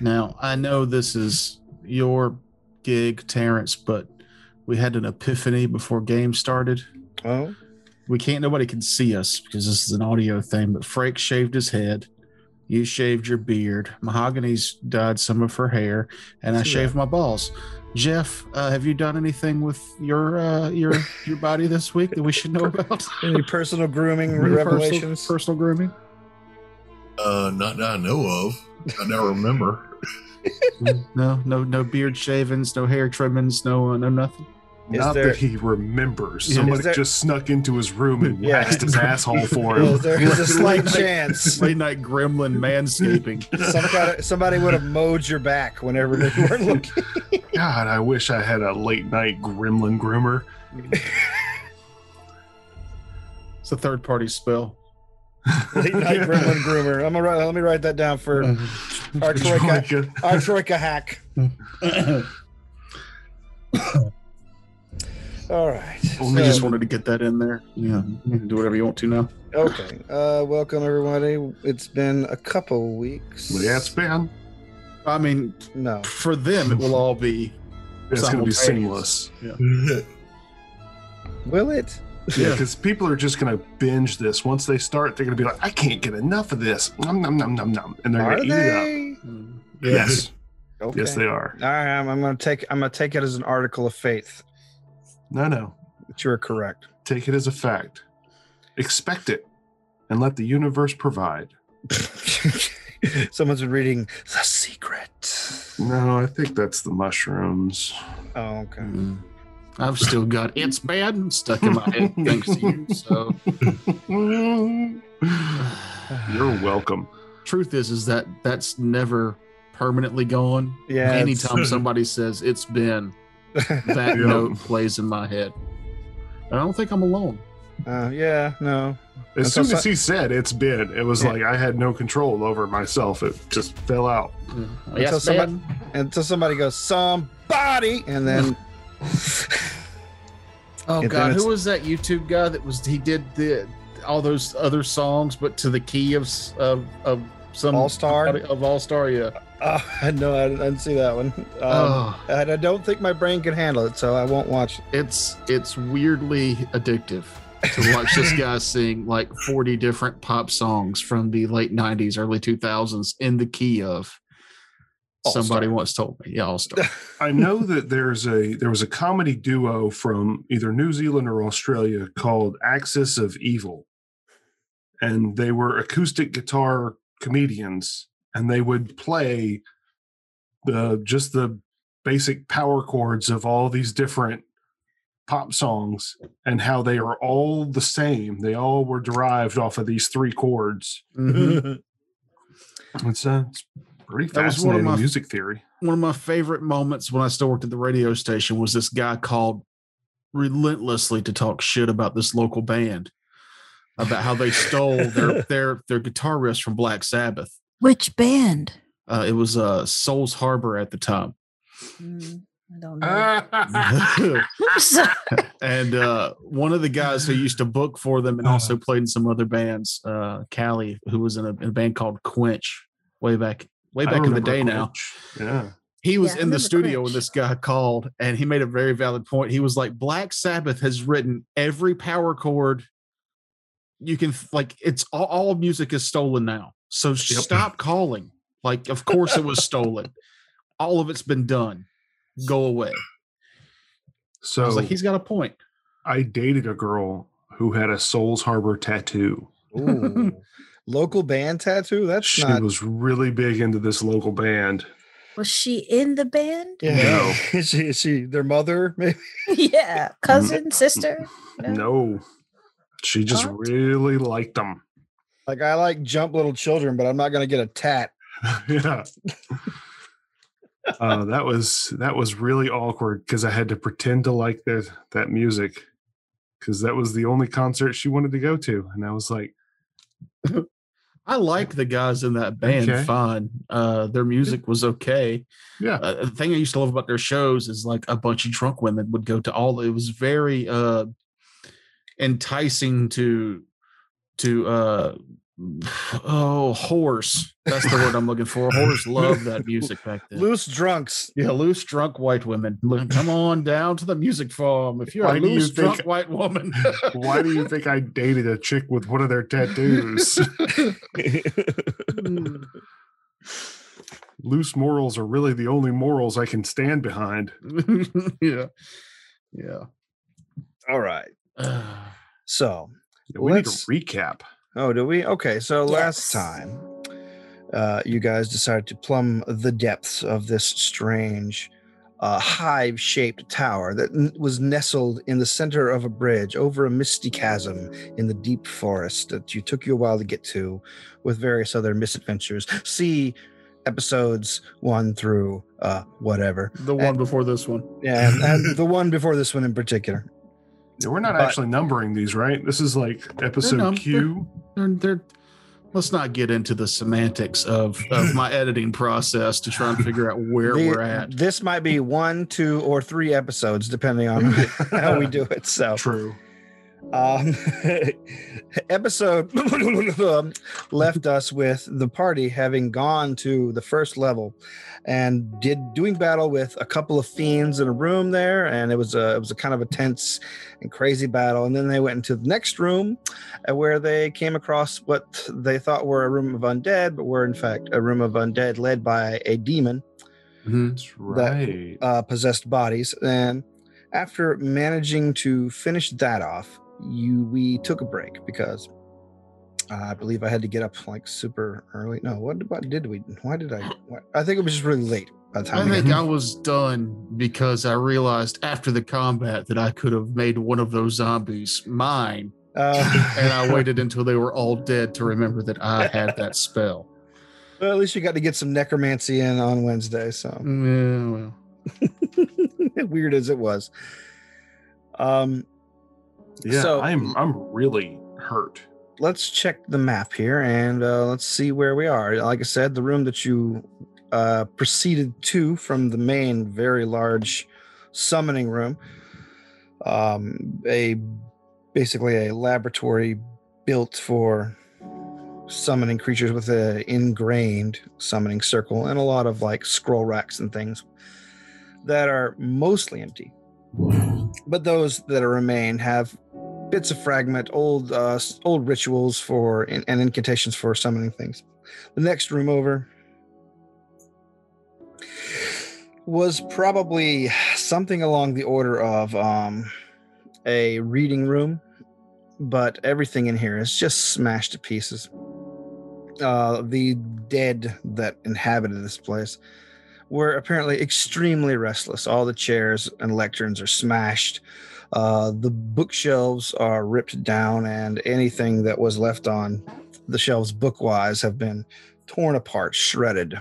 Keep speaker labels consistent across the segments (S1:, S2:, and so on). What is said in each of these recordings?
S1: Now, I know this is your gig, Terrence, but we had an epiphany before game started.
S2: Oh,
S1: We can't, nobody can see us because this is an audio thing, but Frank shaved his head. You shaved your beard. Mahogany's dyed some of her hair, and I
S2: See
S1: shaved my balls. Jeff, uh, have you done anything with your uh, your your body this week that we should know about?
S2: any personal grooming
S1: Any personal-
S2: revelations?
S1: personal grooming.
S3: Uh, not that I know of. I never remember.
S1: no, no, no beard shavings, no hair trimmings, no, uh, no nothing.
S2: Is
S4: Not
S2: there-
S4: that he remembers.
S1: Yeah.
S4: Somebody
S2: Is there-
S4: just snuck into his room and
S2: Yeah.
S4: waxed his asshole for
S2: Well,
S4: him.
S2: there is a slight
S1: Like-
S2: chance
S1: Late night gremlin manscaping.
S2: some kind of, somebody would have mowed your back whenever they were looking.
S4: God, I wish I had a late night gremlin groomer.
S1: It's a third party spell.
S2: Late night gremlin groomer. I'm gonna write, let me write that down
S4: Uh,
S2: for our troika,
S4: Troika.
S2: our troika hack. All right.
S1: Only
S2: so-
S1: just wanted to get that in there. Yeah, you can do whatever you want to now.
S2: Okay. Uh, welcome everybody. It's been a couple weeks.
S4: Yeah, it's been.
S1: I mean,
S2: No.
S1: for them, it will all be.
S4: It's going to be
S1: Simultaneous.
S4: seamless.
S2: Will it?
S4: Yeah,
S1: Yeah.
S4: because people are just going to binge this. Once they start, they're going to be like, I can't get enough of this. Nom, nom, nom, nom, nom. And they're
S2: Are
S4: going to eat it up.
S2: they?
S4: Yes.
S2: Okay.
S4: Yes, they are.
S2: All right. I'm, I'm gonna take. I'm gonna take it as an article of faith
S4: No, no.
S2: that you are correct.
S4: Take it as a fact. Expect it and let the universe provide.
S2: Someone's been reading the secret.
S4: No, I think that's the mushrooms.
S2: Oh, okay.
S1: Mm. I've still got it's bad stuck in my head thanks to you. So,
S4: Mm. You're welcome.
S1: truth is, is that that's never permanently gone.
S2: Yeah. it's-
S1: Anytime somebody says it's been, that
S4: Yeah.
S1: note plays in my head. And I don't think I'm alone.
S2: uh, yeah. No.
S4: As
S2: That's
S4: soon
S2: also-
S4: as he said it's been, it was
S2: Yeah.
S4: like I had no control over myself. It just fell out.
S1: Yes,
S2: somebody-
S1: man.
S2: Until somebody goes somebody, and then
S1: Oh
S2: And then
S1: God,
S2: it's-
S1: who was that YouTube guy that was? He did the all those other songs, but to the key of s- of of some
S2: All Star?
S1: of All Star. Yeah.
S2: oh, no, I didn't see that one. Um,
S1: oh,
S2: And I don't think my brain can handle it, so I won't watch. it.
S1: it's it's weirdly addictive to watch this guy sing like 40 different pop songs from the late 90s, early 2000s in the key of.
S2: All Star.
S1: Somebody once told me, yeah, All Star.
S4: I know that there's a there was a comedy duo from either New Zealand or Australia called Axis of Evil. And they were acoustic guitar comedians and they would play the just the basic power chords of all these different pop songs and how they are all the same. They all were derived off of these three chords.
S1: Mhm.
S4: Mm-hmm. It's, uh, it's pretty
S1: That was one of
S4: fascinating
S1: my-
S4: music theory.
S1: one of my favorite moments when I still worked at the radio station was this guy called relentlessly to talk shit about this local band about how they stole their their their guitar riffs from Black Sabbath.
S5: Which band?
S1: Uh, it was uh, Souls Harbor at the time,
S5: Hmm, I don't know.
S4: Uh,
S1: and
S5: I'm sorry.
S1: uh, one of the guys who used to book for them and
S4: Uh-huh.
S1: also played in some other bands, uh, Callie, who was in a, in a band called Quench way back way
S4: I
S1: back in the
S4: remember
S1: day now.
S4: Quench. Yeah.
S1: he was
S5: Yeah, I
S1: in the
S5: remember
S1: studio
S5: Grinch.
S1: when this guy called and he made a very valid point he was like black sabbath has written every power chord you can like it's all, all music is stolen now so stop calling like of course it was stolen all of it's been done go away
S4: So
S1: i was like he's got a point
S4: I dated a girl who had a Souls Harbor tattoo.
S2: Ooh. Local band tattoo? That's
S4: she
S2: not.
S4: was really big into this local band.
S5: Was she in the band?
S2: Yeah. is she, is she their mother? Maybe.
S5: yeah. Cousin, sister?
S4: No,
S5: No.
S4: she just
S5: What?
S4: really liked them.
S2: Like I like jump little children, but I'm not gonna get a tat.
S4: yeah. Uh, that was that was really awkward because I had to pretend to like that that music because that was the only concert she wanted to go to, and I was like,
S1: i like the guys in that band
S4: Okay.
S1: fine uh their music was okay
S4: "Yeah,
S1: uh, the thing I used to love about their shows is like a bunch of drunk women would go to all. It was very uh, enticing to to uh, Oh, horse. That's the word I'm looking for. Horse love that music back then.
S2: Loose drunks.
S1: yeah, loose drunk white women. Look, Come on down to the music farm. If you're
S4: Why
S1: a
S4: do you
S1: loose drunk
S4: think-
S1: white woman,
S4: Why do you think I dated a chick with one of their tattoos? Loose morals are really the only morals I can stand behind.
S1: yeah, yeah.
S2: All right.
S1: Uh,
S2: So,
S4: Yeah, we need a
S2: Let's-
S4: recap.
S2: oh, do we? Okay. So last
S5: Yes.
S2: time, uh, you guys decided to plumb the depths of this strange uh, hive shaped tower that n- was nestled in the center of a bridge over a misty chasm in the deep forest that you took you a while to get to with various other misadventures. See episodes one through uh, whatever.
S1: the one before this one.
S2: Yeah. and- and the one before this one in particular.
S4: Yeah, we're not
S2: But-
S4: actually numbering these, right? This is like episode
S1: numbered.
S4: Q.
S1: They're, they're, let's not get into the semantics of, of my editing process to try and figure out where
S2: The-
S1: we're at.
S2: This might be one, two, or three episodes, depending on how we do it. So,
S4: True.
S2: um, episode left us with the party having gone to the first level and did doing battle with a couple of fiends in a room there, and it was a it was a kind of a tense and crazy battle. And then they went into the next room, uh, where they came across what they thought were a room of undead, but were in fact a room of undead led by a demon
S3: Mm-hmm.
S4: That's right.
S2: uh, possessed bodies. And after managing to finish that off, you we took a break because uh, I believe I had to get up like super early. No, what about did we? Why did I? Why, I think it was just really late by the time.
S1: I
S2: we
S1: think
S2: got-
S1: I was done because I realized after the combat that I could have made one of those zombies mine,
S2: uh,
S1: and I waited until they were all dead to remember that I had that spell.
S2: well, at least you got to get some necromancy in on Wednesday. So.
S1: Mm. Yeah, well,
S2: weird as it was. Um,
S4: yeah,
S2: so-
S4: I'm I'm really hurt.
S2: let's check the map here and uh, let's see where we are. Like I said, the room that you uh, proceeded to from the main, very large summoning room, um, a basically a laboratory built for summoning creatures with a ingrained summoning circle and a lot of like scroll racks and things that are mostly empty but those that are remain have bits of fragment, old uh, s- old rituals for and, and incantations for summoning things. The next room over was probably something along the order of um, a reading room, but everything in here is just smashed to pieces. Uh, the dead that inhabited this place were apparently extremely restless. All the chairs and lecterns are smashed. Uh, the bookshelves are ripped down, and anything that was left on the shelves bookwise have been torn apart, shredded.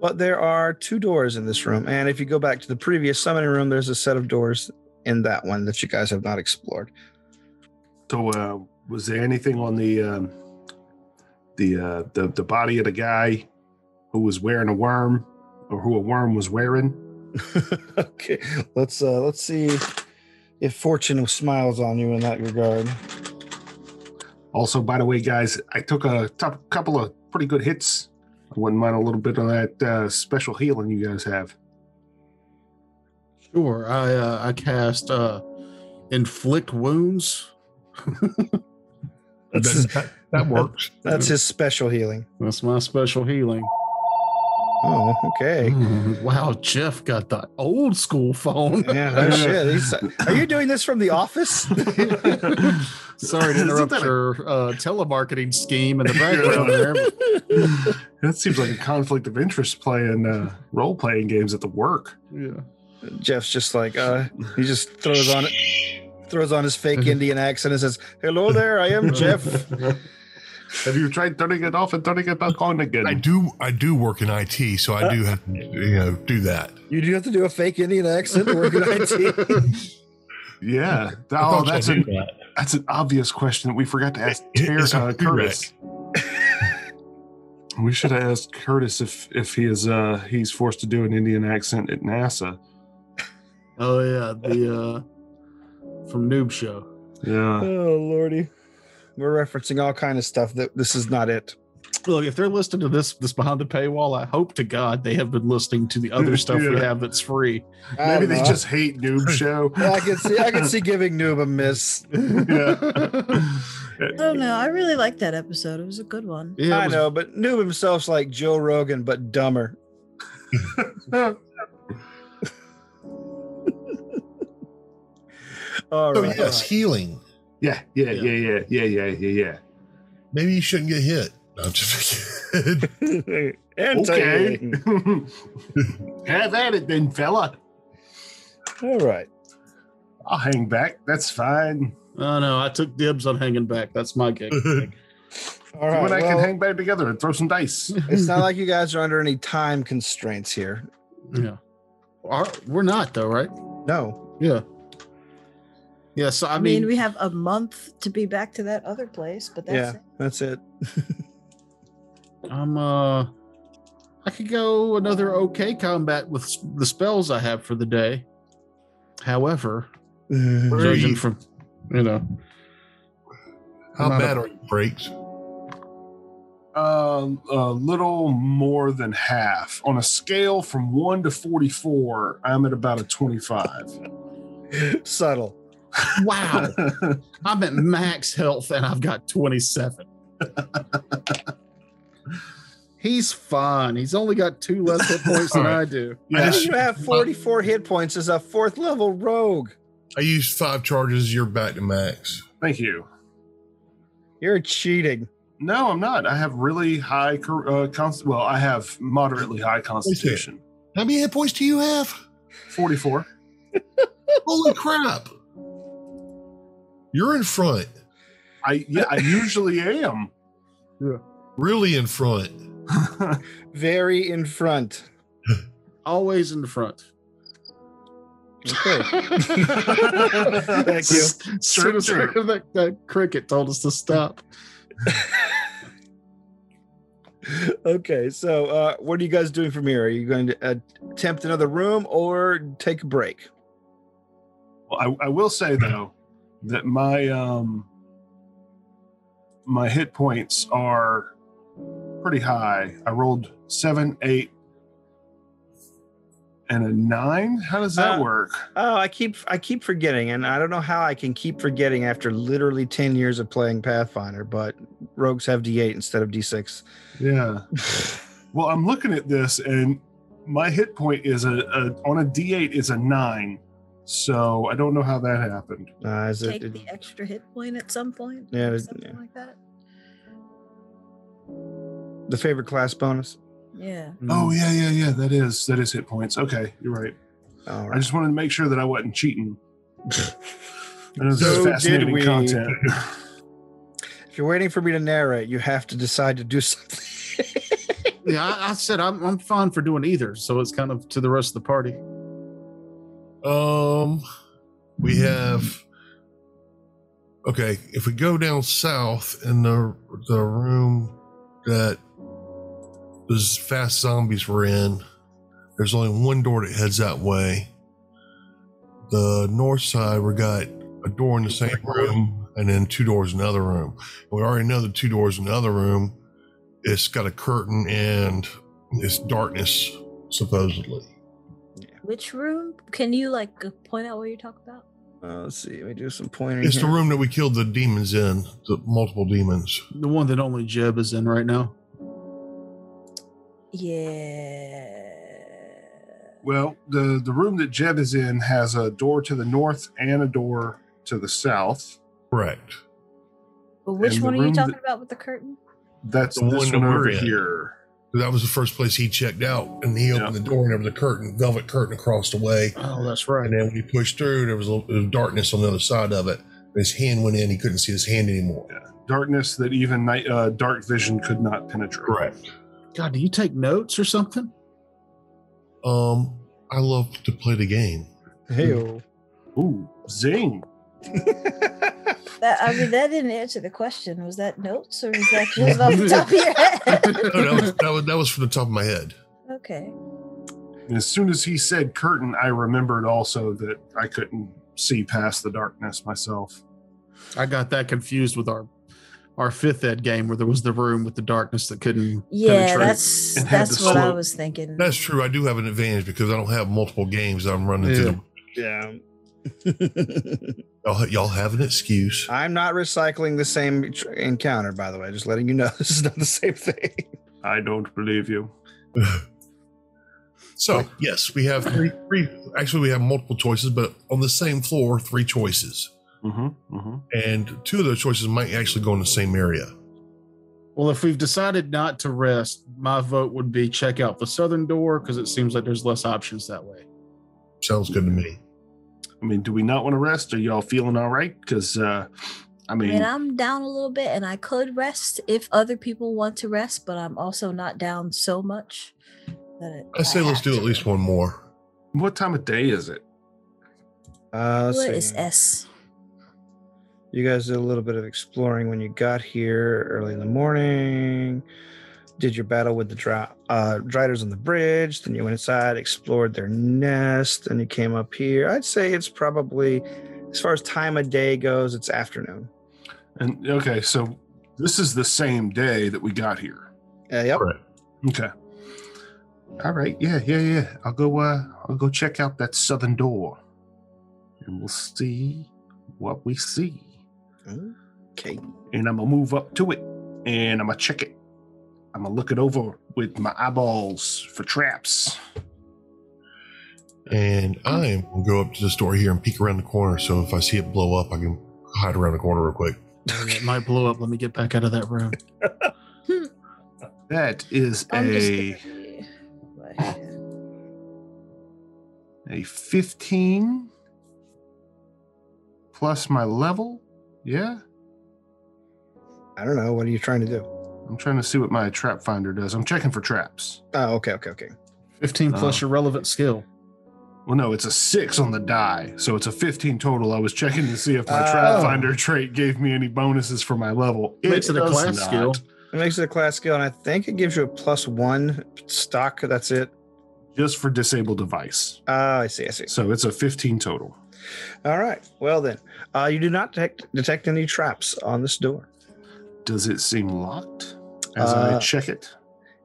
S2: But there are two doors in this room, and if you go back to the previous summoning room, there's a set of doors in that one that you guys have not explored.
S4: So, uh, was there anything on the um, the uh, the the body of the guy who was wearing a worm, or who a worm was wearing?
S2: okay, let's uh, let's see if fortune smiles on you in that regard.
S4: Also, by the way, guys, I took a top, couple of pretty good hits. I wouldn't mind a little bit of that uh, special healing you guys have.
S1: sure. I uh, I cast uh, inflict wounds.
S2: That's,
S3: that, that works.
S2: that's his special healing.
S1: That's my special healing.
S2: Oh, okay.
S1: Mm, Wow, Jeff got the old school phone.
S2: Yeah, no Oh, shit. He's- are you doing this from the office?
S1: Sorry to
S4: Isn't
S1: interrupt
S4: that a-
S1: your uh, telemarketing scheme in the background there. but-
S4: that seems like a conflict of interest playing uh, role playing games at the work.
S1: Yeah.
S2: Jeff's just like, uh, he just throws on throws on his fake Indian accent and says, "Hello there, I am Jeff."
S4: Have you tried turning it off and turning it back on again?
S3: I do. I do work in IT, so I do have to, you know do that.
S2: You do have to do a fake Indian accent to work in
S4: Uh.
S2: IT.
S4: Yeah. Oh,
S3: I thought
S4: that's
S3: y'all
S4: an,
S3: knew that.
S4: that's an obvious question that we forgot to ask
S3: It-
S4: Ter-
S3: it's a
S4: uh,
S3: pre-rec.
S4: Curtis. we should have asked Curtis if if he is uh he's forced to do an Indian accent at NASA.
S1: Oh yeah, the uh from Noob Show.
S4: Yeah.
S2: Oh lordy. We're referencing all kind of stuff that this is not it.
S1: Look, if they're listening to this this behind the paywall, I hope to God they have been listening to the other stuff we
S4: Yeah.
S1: have that's free.
S2: I
S4: Maybe
S2: don't
S4: they
S2: know.
S4: just hate Noob Show.
S2: Um, uh, I can see I can see giving Noob a miss.
S4: Yeah.
S5: I don't know. I really liked that episode. It was a good one.
S1: Yeah, it
S2: I
S1: was-
S2: know, but Noob himself's like Joe Rogan, but dumber. All
S3: So
S2: right.
S3: Oh, yes, healing.
S4: yeah, yeah, yeah, yeah, yeah, yeah, yeah, yeah.
S3: Maybe you shouldn't get hit. No, I'm just kidding.
S4: Okay.
S2: okay.
S4: Have at it then, fella.
S2: All right.
S4: I'll hang back. That's fine.
S1: Oh no, I took dibs on hanging back. That's my gig.
S2: All right.
S4: when I can
S2: well,
S4: hang back together and throw some dice.
S2: it's not like you guys are under any time constraints here.
S1: yeah. Are, we're not though, right?
S2: No.
S1: Yeah. Yeah, so I,
S5: I mean,
S1: mean,
S5: we have a month to be back to that other place, but that's
S2: yeah,
S5: it.
S2: that's it.
S1: I'm uh I could go another okay combat with s- the spells I have for the day. However,
S2: Mm.
S3: Where are
S1: judging
S3: you?
S1: from you know,
S3: How
S1: Not a-
S3: bad are you breaks?
S4: Uh, a little more than half. On a scale from one to 44, I'm at about a 25.
S2: Subtle.
S1: wow, I'm at max health and I've got 27. He's fine. He's only got two less hit points than
S3: All right.
S1: I do.
S2: How
S3: I,
S2: do
S3: just,
S2: you have 44 hit points as a fourth level rogue?
S3: I used five charges. You're back to max.
S4: Thank you.
S2: You're cheating.
S4: No, I'm not. I have really high, cor- uh, const- well, I have moderately high constitution.
S3: How many hit points do you have?
S4: 44.
S3: Holy crap! You're in front,
S4: I, yeah, I usually am.
S3: really in front.
S2: Very in front.
S1: Always in the front.
S2: Okay.
S1: Thank
S2: you.
S4: True, true.
S1: That, that cricket told us to stop.
S2: okay. So, uh, what are you guys doing from here? Are you going to attempt another room or take a break?
S4: Well, I, I will say though that my um my hit points are pretty high. I rolled seven, eight, and a nine. How does that
S2: Uh,
S4: work?
S2: Oh, I keep I keep forgetting, and I don't know how I can keep forgetting after literally ten years of playing Pathfinder. But rogues have D8 instead of D6.
S4: Yeah. Well, I'm looking at this, and my hit point is a, a on a D8 is a nine. So I don't know how that happened.
S2: Uh, is it,
S5: Take the extra hit point at some point.
S2: Yeah,
S5: or
S2: it-
S5: something
S2: yeah.
S5: like that.
S2: the favorite class bonus?
S5: Yeah.
S4: Oh yeah, yeah, yeah. That is that is hit points. Okay, you're right.
S2: All
S4: I
S2: right.
S4: just wanted to make sure that I wasn't cheating. I know this
S2: So
S4: is
S2: did
S4: fascinating
S2: we.
S4: content.
S2: if you're waiting for me to narrate, you have to decide to do something.
S1: Yeah, I, I said I'm, I'm fine for doing either. So it's kind of to the rest of the party.
S3: Um, we have. Okay, if we go down south in the the room that those fast zombies were in, there's only one door that heads that way. The north side, we got a door in the same room, and then two doors in the other room. We already know the two doors in the other room. It's got a curtain and it's darkness, supposedly.
S5: Which room? Can you like uh, point out what you talk about?
S2: Uh, let's see. Let me do some pointing.
S3: It's the
S2: here.
S3: room that we killed the demons in, the multiple demons.
S1: The one that only Jeb is in right now.
S5: Yeah.
S4: well, the the room that Jeb is in has a door to the north and a door to the south.
S3: Correct.
S5: But which
S4: And the
S5: one are you
S4: room
S5: talking
S4: that-
S5: about with the curtain?
S4: That's
S3: The
S4: this
S3: one
S4: one
S3: that we're
S4: over
S3: in.
S4: here.
S3: That was the first place he checked out, and he opened the door, and there was a curtain, velvet curtain across the way.
S1: Oh, that's right.
S3: And then when he pushed through, there was a little darkness on the other side of it. His hand went in; he couldn't see his hand anymore.
S4: Darkness that even night uh, dark vision could not penetrate.
S1: God, do you take notes or something?
S3: Um, I love to play the game.
S2: Hey-o.
S4: Ooh, zing!
S5: That I mean, that didn't answer the question. Was that notes or was that just off the top of your head?
S3: No, that was that was, that was from the top of my head.
S5: okay.
S4: And as soon as he said curtain, I remembered also that I couldn't see past the darkness myself.
S1: I got that confused with our our fifth ed game where there was the room with the darkness that couldn't.
S5: Yeah,
S1: penetrate.
S5: that's
S4: and had
S5: that's
S4: the
S5: what I
S4: slope.
S5: was thinking.
S3: That's true. I do have an advantage because I don't have multiple games that I'm running through.
S1: Yeah.
S3: them.
S2: Yeah.
S3: Y'all, y'all have an excuse.
S2: I'm not recycling the same tr- encounter, by the way. Just letting you know, this is not the same thing.
S4: I don't believe you.
S3: So yes, we have three, three. Actually, we have multiple choices, but on the same floor, three choices,
S4: Mm-hmm. Mm-hmm.
S3: and two of those choices might actually go in the same area.
S1: Well, if we've decided not to rest, my vote would be check out the southern door because it seems like there's less options that way.
S3: Sounds good to me.
S4: I mean, do we not want to rest? Are y'all feeling all right? Because, uh, I
S5: I
S4: mean,
S5: mean, I'm down a little bit, and I could rest if other people want to rest, but I'm also not down so much that it,
S3: I say let's
S5: have
S3: do
S5: to
S3: at least one more.
S4: what time of day is it?
S2: Uh, let's
S5: What
S2: see.
S5: is S?
S2: You guys did a little bit of exploring when you got here early in the morning. Did your battle with the dry, uh, driders on the bridge. Then you went inside, explored their nest, and you came up here. I'd say it's probably, as far as time of day goes, it's afternoon.
S4: And okay, so this is the same day that we got here.
S2: Uh, yep.
S3: Correct.
S4: Okay. All right. Yeah, yeah, yeah. I'll go. Uh, I'll go check out that southern door, and we'll see what we see.
S2: Okay.
S4: And I'm gonna move up to it, and I'm gonna check it. I'm gonna look it over with my eyeballs for traps.
S3: And I am gonna go up to the store here and peek around the corner. So if I see it blow up, I can hide around the corner real quick.
S1: And It might blow up. Let me get back out of that room.
S4: That is
S5: I'm just
S4: a
S5: gonna be right here.
S4: a 15 plus my level. Yeah,
S2: I don't know. What are you trying to do?
S4: I'm trying to see what my trap finder does. I'm checking for traps.
S2: Oh, okay, okay, okay.
S1: 15 plus
S4: Oh.
S1: your relevant skill.
S4: Well, no, it's a six on the die, so it's a 15 total. I was checking to see if my
S2: Oh.
S4: trap finder trait gave me any bonuses for my level.
S1: Makes it a
S4: does
S1: class
S4: not.
S1: skill.
S2: It makes it a class skill, and I think it gives you a plus one stock. That's it.
S4: just for disabled device.
S2: Oh, I see, I see.
S4: So it's a 15 total.
S2: All right. Well then, uh, you do not detect, detect any traps on this door.
S4: Does it seem locked as I
S2: Uh.
S4: check it?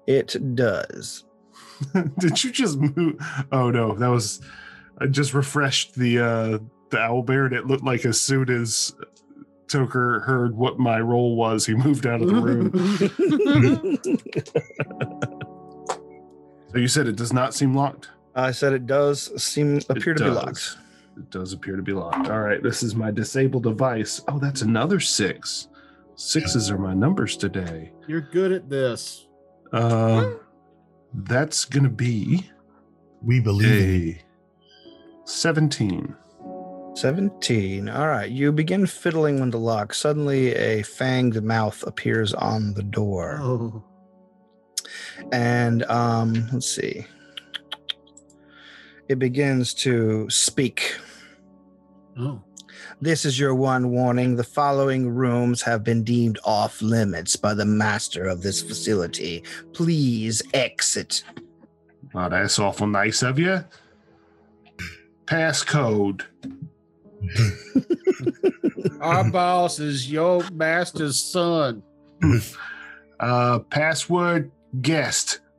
S2: It does.
S4: Did you just move? Oh no, that was. I just refreshed the uh the owl bear, and it looked like as soon as Toker heard what my role was, he moved out of the room. so you said it does not seem locked.
S2: I said it does seem appear
S4: It
S2: to be
S4: does.
S2: locked.
S4: It does appear to be locked. All right, this is my disabled device. Oh, that's another six. Sixes are my numbers today.
S1: You're good at this.
S3: Um,
S4: Uh, that's gonna be
S3: We believe. in you.
S4: a seventeen.
S2: Seventeen. All right. You begin fiddling when to lock. Suddenly, a fanged mouth appears on the door.
S1: Oh.
S2: and um, let's see. It begins to speak.
S1: Oh.
S2: This is your one warning. The following rooms have been deemed off limits by the master of this facility. Please exit.
S4: Wow, that's awful nice of you. Passcode.
S1: Our boss is your master's son.
S4: Uh, password guest.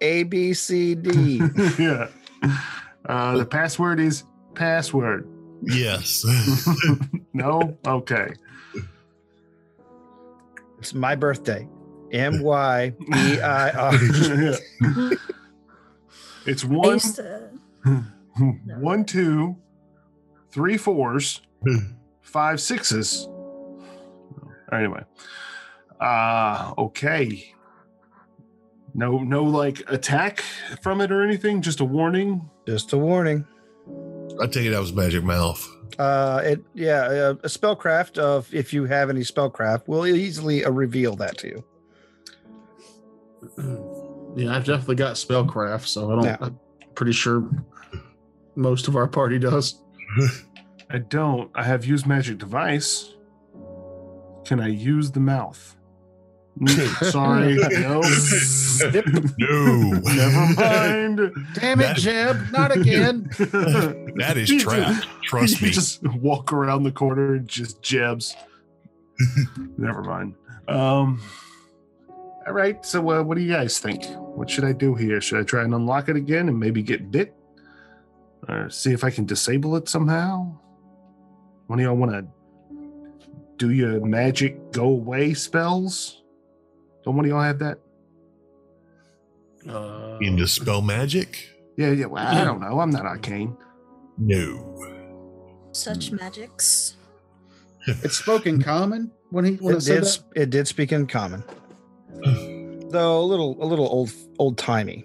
S2: A B C D.
S4: yeah. Uh, the password is password.
S3: Yes.
S4: no? Okay.
S2: it's my birthday. M Y B I R.
S4: it's
S5: I
S4: one,
S5: used to,
S4: one, two, three fours,
S3: Hmm.
S4: five sixes. Anyway. Uh okay. No no like attack from it or anything, just a warning.
S2: Just a warning.
S3: I take it that was magic mouth.
S2: Uh, it yeah, uh, a spellcraft of if you have any spellcraft will easily uh, reveal that to you.
S1: yeah, I've definitely got spellcraft, so I don't.
S2: Yeah.
S1: I'm pretty sure most of our party does.
S4: I don't. I have used magic device. Can I use the mouth? Hmm, Sorry, no.
S3: No.
S4: Never mind.
S1: Damn it,
S3: That-
S1: Jeb! Not again.
S3: That is
S4: You
S3: trap. Trust
S4: You
S3: me.
S4: Just walk around the corner and just jabs. Never mind. Um. All right. So, uh, what do you guys think? What should I do here? Should I try and unlock it again and maybe get bit, or see if I can disable it somehow? One of y'all want to do your magic go away spells? Don't one of y'all have that?
S1: Uh,
S3: Into spell magic?
S4: Yeah, yeah. Well, I don't know. I'm not arcane.
S3: No.
S5: Such magics.
S1: it's spoken common when he when I
S2: It
S1: said
S2: did,
S1: that.
S2: sp- it did speak in common, though a little a little old old timey.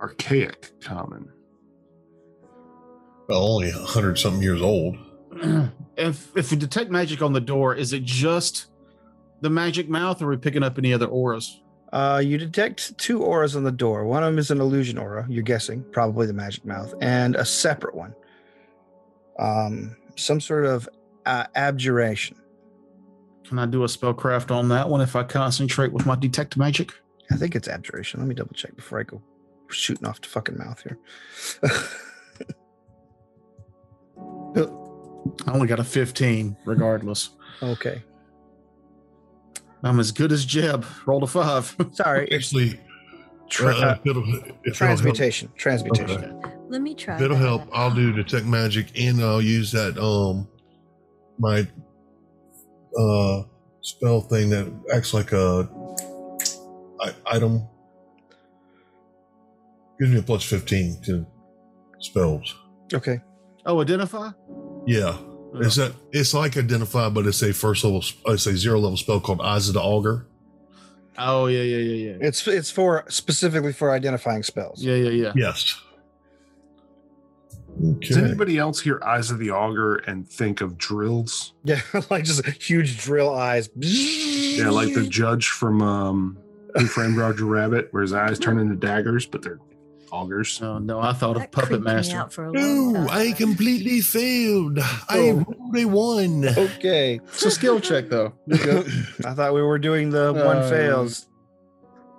S4: Archaic common.
S3: Well, only a hundred something years old.
S1: if if we detect magic on the door, is it just the magic mouth, or are we picking up any other auras?
S2: Uh, you detect two auras on the door. One of them is an illusion aura. You're guessing, probably the magic mouth, and a separate one, um, some sort of uh, abjuration.
S1: Can I do a spellcraft on that one if I concentrate with my detect magic?
S2: I think it's abjuration. Let me double check before I go shooting off the fucking mouth here.
S1: I only got a fifteen, regardless.
S2: okay,
S1: I'm as good as Jeb. Rolled a five.
S2: sorry. It's
S3: Actually,
S2: tra-
S3: uh,
S2: uh,
S3: if it'll, if it'll help,
S2: transmutation. Transmutation.
S3: Okay.
S5: Let me try.
S3: if it'll
S5: that.
S3: help, I'll do detect magic and I'll use that um my uh spell thing that acts like a I, item. Gives me a plus fifteen to spells.
S2: Okay.
S1: Oh, identify.
S3: Yeah. It's that it's like identify, but it's a first level, sp- it's a zero level spell called Eyes of the Augur.
S1: Oh yeah yeah yeah yeah
S2: It's it's for specifically for identifying spells.
S1: yeah yeah yeah.
S3: Yes. Okay.
S4: Does anybody else hear Eyes of the Augur and think of drills?
S2: Yeah, like just huge drill eyes.
S4: Yeah, like the judge from um, Who Framed Roger Rabbit, where his eyes turn into daggers, but they're augers.
S1: No no, I thought of
S5: That
S1: puppet
S5: creeped me
S1: master.
S5: out for a long
S3: No,
S5: time.
S3: I completely failed. I
S2: Oh.
S3: rolled a one.
S2: Okay.
S1: It's a skill check though. You're good.
S2: I thought we were doing the one
S1: Uh,
S2: fails.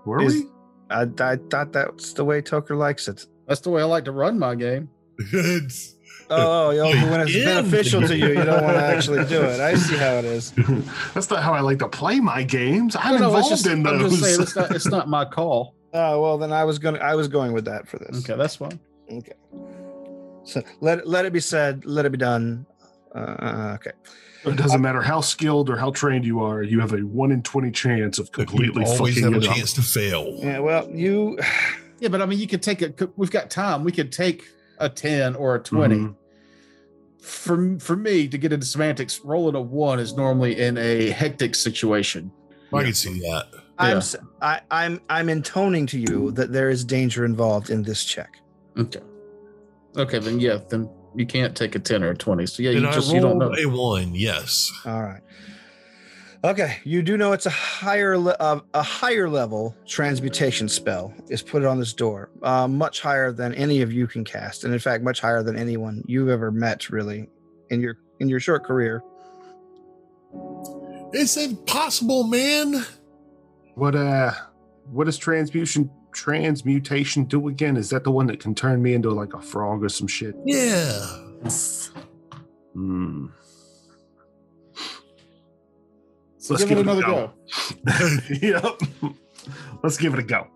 S4: Were
S2: Is-
S4: we?
S2: I, I thought that's the way Toker likes it.
S1: That's the way I like to run my game.
S3: It's-
S2: Oh, yo,
S3: Oh,
S2: when it's
S3: yeah.
S2: beneficial to you, you don't want to actually do it. I see how it is.
S4: That's not how I like to play my games. I'm
S1: No, no, it's
S4: involved
S1: just-
S4: in
S1: I'm just saying
S4: those.
S1: it's not it's not my call.
S2: Oh well, then I was gonna I was going with that for this.
S1: Okay, that's fine.
S2: Okay. So let let it be said. Let it be done. Uh, okay.
S4: it doesn't matter how skilled or how trained you are. You have a one in twenty chance of completely
S3: you always
S4: fucking
S3: have a
S4: it up.
S3: chance to fail.
S2: Yeah. Well, you.
S1: Yeah, but I mean, you could take a. We've got time. We could take a ten or a 20
S4: Mhm.
S1: For for me to get into semantics, rolling a one is normally in a hectic situation.
S3: I can see that.
S2: I'm
S1: Yeah.
S2: s- I, I'm I'm intoning to you that there is danger involved in this check.
S1: Okay. Okay, then yeah, then you can't take a ten or a twenty. So yeah,
S3: and
S1: you
S3: I
S1: just
S3: rolled
S1: you don't know.
S3: a one. Yes.
S2: All right. Okay, you do know it's a higher le- uh, a higher level transmutation spell is put on this door, uh, much higher than any of you can cast, and in fact, much higher than anyone you've ever met, really, in your in your short career.
S3: It's impossible, man.
S4: What uh, what does transmutation transmutation do again? Is that the one that can turn me into like a frog or some shit?
S3: Yeah.
S5: Yes.
S4: Hmm.
S1: So give it another go.
S4: yep. Let's give it a go.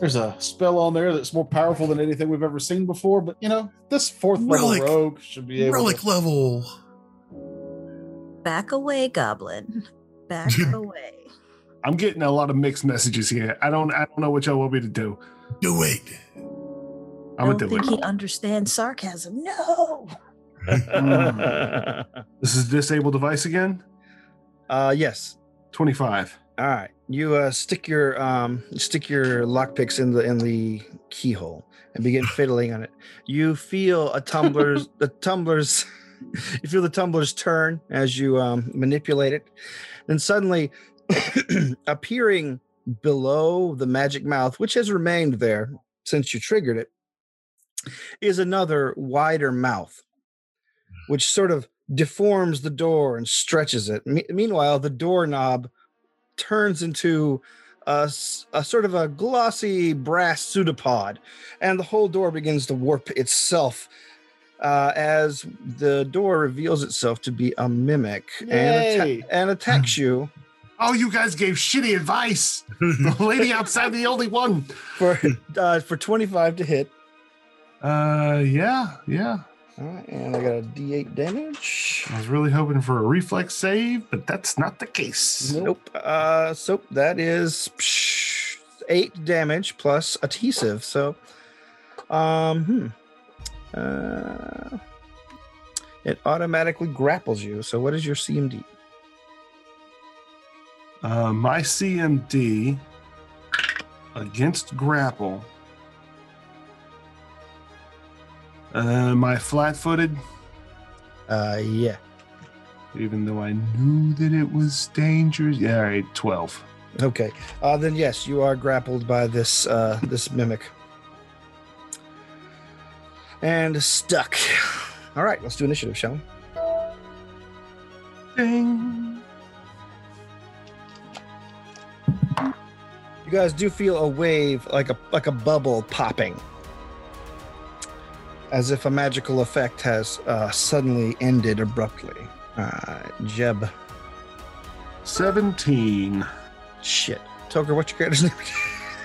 S1: There's a spell on there that's more powerful than anything we've ever seen before. But you know, this fourth
S3: Relic.
S1: level rogue should be able.
S3: Relic
S1: to,
S3: level.
S5: Back away, goblin. Back away.
S4: I'm getting a lot of mixed messages here. I don't I don't know what y'all want me to do.
S3: Do it.
S5: I
S4: I'm
S5: don't
S4: gonna do
S5: think
S4: it.
S5: he understands sarcasm. No.
S2: uh,
S4: This is disable device again.
S2: yes.
S4: 25.
S2: All right. You uh, stick your um, stick your lockpicks in the in the keyhole and begin fiddling on it. You feel a tumbler's the tumblers. You feel the tumblers turn as you um, manipulate it, then suddenly appearing below the magic mouth, which has remained there since you triggered it, is another wider mouth, which sort of deforms the door and stretches it. Me- meanwhile, the doorknob turns into a, s- a sort of a glossy brass pseudopod, and the whole door begins to warp itself uh, as the door reveals itself to be a mimic and,
S1: Yay.
S2: atta- and attacks you
S4: Oh, you guys gave shitty advice. The lady outside, the only one.
S2: for uh, for 25 to hit.
S4: Uh, yeah, yeah.
S2: All right, and I got a D8 damage.
S4: I was really hoping for a reflex save, but that's not the case.
S2: Nope. Uh, so that is psh, eight damage plus adhesive. So, um, hmm. Uh, it automatically grapples you. So, what is your CMD?
S4: Uh, my CMD against grapple. Uh, my flat footed,
S2: Uh, yeah.
S4: even though I knew that it was dangerous. Yeah, all right, 12.
S2: Okay. Uh, then yes, you are grappled by this uh, this mimic and stuck. All right, let's do initiative, shall we?
S4: Ding.
S2: You guys do feel a wave, like a like a bubble popping, as if a magical effect has uh, suddenly ended abruptly. Uh, Jeb,
S4: 17.
S2: shit, Toker, what's your character's name?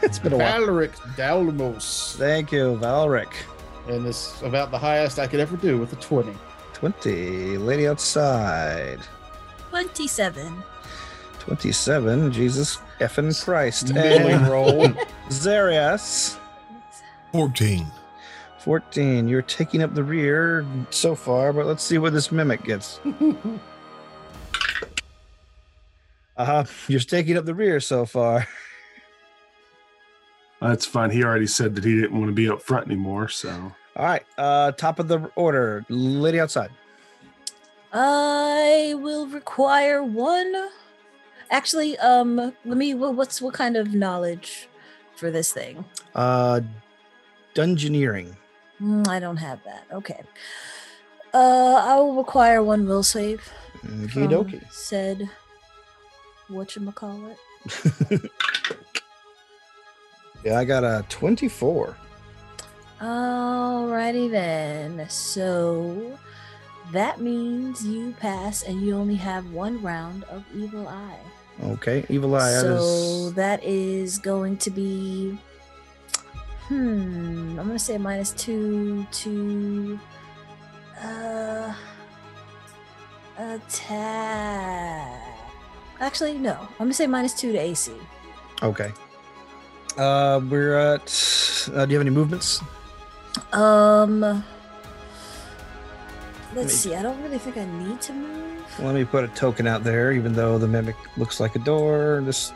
S2: it's been a while.
S1: Valeric Dalmos.
S2: Thank you, Valric.
S1: And it's about the highest I could ever do with a 20.
S2: Twenty, lady outside.
S5: 27.
S2: Twenty-seven, Jesus effing Christ.
S1: Milling
S2: And
S1: roll.
S2: Zarius,
S3: 14.
S2: fourteen. You're taking up the rear so far, but let's see what this mimic gets. Uh-huh. You're taking up the rear so far.
S4: That's fine. He already said that he didn't want to be up front anymore, so.
S2: All right. Uh top of the order. Lady outside.
S5: I will require one. Actually, um, let me. wha- What's what kind of knowledge for this thing?
S2: Uh dungeoneering.
S5: Mm, I don't have that. Okay. Uh, I will require one will save.
S2: Okie
S5: from
S2: dokie.
S5: Said, whatchamacallit?
S2: Yeah, I got a 24.
S5: Alrighty then. So that means you pass and you only have one round of evil eye.
S2: Okay. Evil Eye that
S5: so
S2: is
S5: that is going to be hmm i'm gonna say minus two to uh attack actually no i'm gonna say minus two to ac
S2: Okay. Uh we're at uh, do you have any movements?
S5: um let's
S2: Maybe.
S5: see i don't really think i need to move
S2: Let me put a token out there, even though the mimic looks like a door. This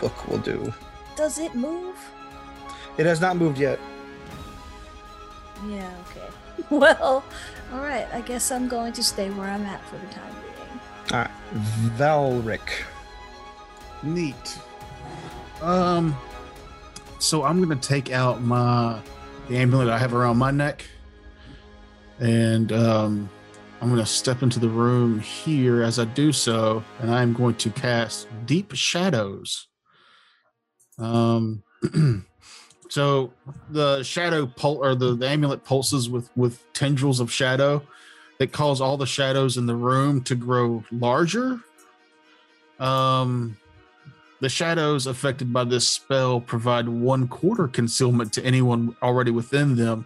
S2: book will do.
S5: does it move
S2: It has not moved yet.
S5: yeah okay well all right i guess i'm going to stay where i'm at for the time being
S2: All right. Valric.
S1: Neat. Um, so I'm gonna take out my the amulet I have around my neck, and um, I'm gonna step into the room here. As I do so, and I am going to cast Deep Shadows. Um, so the shadow pul- or the, the amulet pulses with with tendrils of shadow that cause all the shadows in the room to grow larger. Um, the shadows affected by this spell provide one quarter concealment to anyone already within them,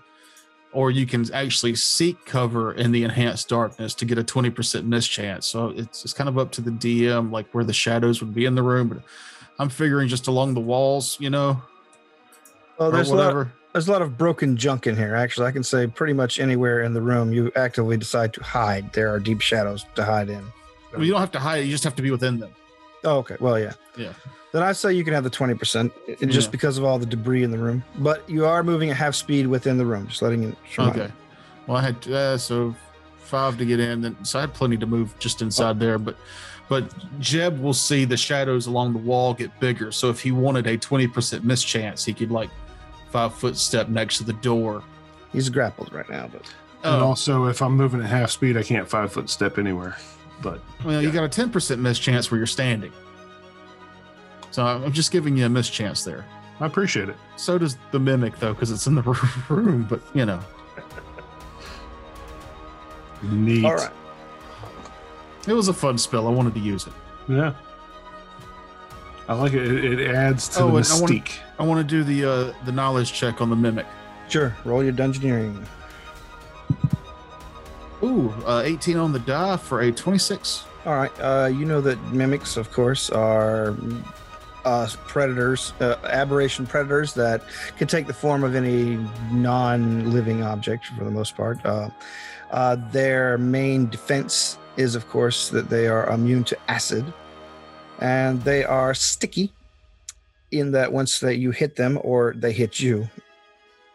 S1: or you can actually seek cover in the enhanced darkness to get a 20% mischance. So it's, it's kind of up to the DM, like where the shadows would be in the room. But I'm figuring just along the walls, you know,
S2: Oh,
S1: or
S2: there's a lot,
S1: whatever.
S2: There's a lot of broken junk in here, actually. I can say pretty much anywhere in the room you actively decide to hide, there are deep shadows to hide in.
S1: Well, you don't have to hide it, you just have to be within them.
S2: Oh, okay. Well, yeah.
S1: Yeah.
S2: Then I say you can have the 20% i- just
S1: Yeah.
S2: because of all the debris in the room. But you are moving at half speed within the room, just letting you. just remind
S1: Okay. Well, I had uh, so five to get in, then so I had plenty to move just inside there. But but Jeb will see the shadows along the wall get bigger. So if he wanted a twenty percent mischance, he could like five foot step next to the door.
S2: you. He's grappled right now, but
S4: And
S1: Oh,
S4: also, if I'm moving at half speed, I can't five foot step anywhere. But
S1: well, you got a ten percent miss chance where you're standing. So I'm I'm just giving you a miss chance there.
S4: I appreciate it.
S1: So does the mimic though, because it's in the room. But you know,
S4: Neat.
S2: All right.
S1: it was a fun spell. I wanted to use it.
S4: Yeah. I like it. It, it adds to
S1: Oh,
S4: the
S1: and I wanna-
S4: mystique.
S1: I want to do the uh, the knowledge check on the mimic.
S2: Sure. Roll your dungeoneering.
S1: Ooh, uh, 18 on the die for a 26.
S2: All right. Uh, you know that mimics, of course, are uh, predators, uh, aberration predators that can take the form of any non-living object for the most part. Uh, uh, their main defense is, of course, that they are immune to acid, and they are sticky. In that, once that you hit them or they hit you,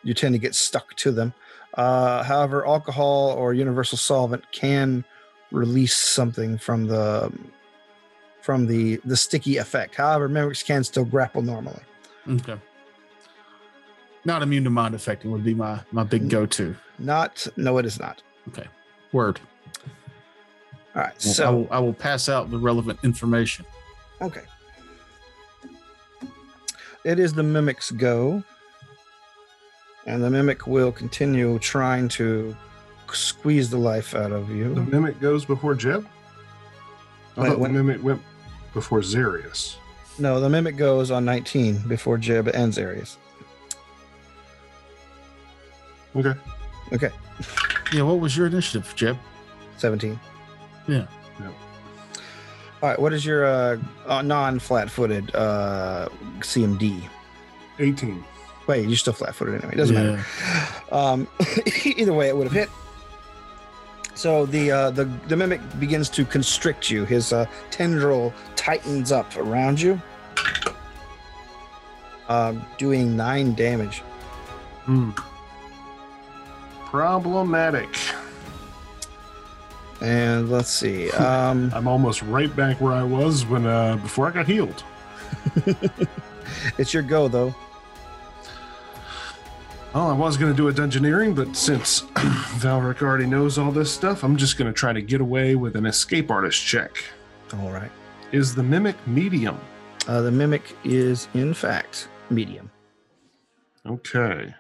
S2: you tend to get stuck to them. Uh, however, alcohol or universal solvent can release something from the from the the sticky effect. However, mimics can still grapple normally.
S1: Okay. Not immune to mind affecting would be my, my big go to
S2: Not no, it is not.
S1: word.
S2: All right,
S1: I,
S2: so
S1: will, I will pass out the relevant information.
S2: okay, it is the mimic's go, and the mimic will continue trying to squeeze the life out of
S4: The
S2: you.
S4: mimic goes before Jeb. I
S2: Wait,
S4: thought
S2: what?
S4: the mimic went before Zarius.
S2: No, the mimic goes on 19 before Jib ends Aries.
S4: Okay.
S2: Okay,
S1: Yeah, what was your initiative, Jeb?
S2: 17.
S1: Yeah.
S4: Yep.
S2: All right, what is your uh, uh, non-flat-footed uh, CMD?
S4: 18.
S2: Wait, you're still flat footed anyway. It doesn't
S1: Yeah.
S2: matter. Um, either way, it would have hit. So the, uh, the the mimic begins to constrict you. His uh, tendril tightens up around you, uh, doing nine damage.
S4: Hmm. Problematic.
S2: And let's see. Um,
S4: I'm almost right back where I was when uh, before I got healed.
S2: it's your go though.
S4: Well, I was going to do a dungeoneering, but since Valric already knows all this stuff, I'm just going to try to get away with an escape artist check.
S2: All right.
S4: Is the mimic medium?
S2: Uh, the mimic is in fact medium.
S4: Okay.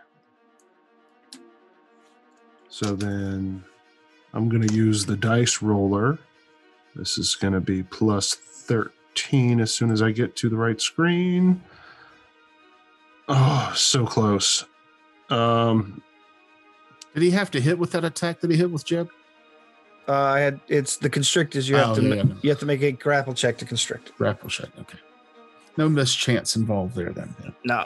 S4: So then I'm going to use the dice roller. This is going to be plus 13 as soon as I get to the right screen. Oh, so close. Um,
S1: Did he have to hit with that attack that he hit with Jeb?
S2: Uh, I had it's the constrict is you have
S1: Oh,
S2: to
S1: yeah,
S2: ma-
S1: yeah, no.
S2: you have to make a grapple check to constrict.
S1: Grapple shot. Okay. No mischance involved there then. yeah.
S2: No,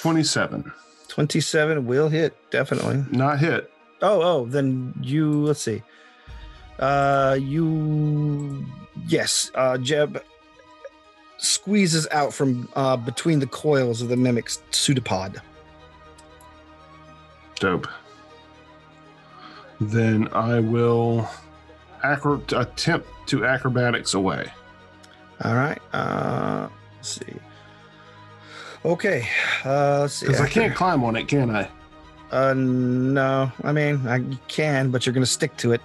S4: 27.
S2: 27 will hit definitely
S4: Not hit.
S2: oh oh then you let's see uh you yes uh jeb squeezes out from uh between the coils of the mimic's pseudopod
S4: Dope. Then I will acro- attempt to acrobatics away.
S2: all right uh let's see okay uh let's see
S4: Because I
S2: after-
S4: can't climb on it, can I?
S2: uh no i mean i you can but you're gonna stick to it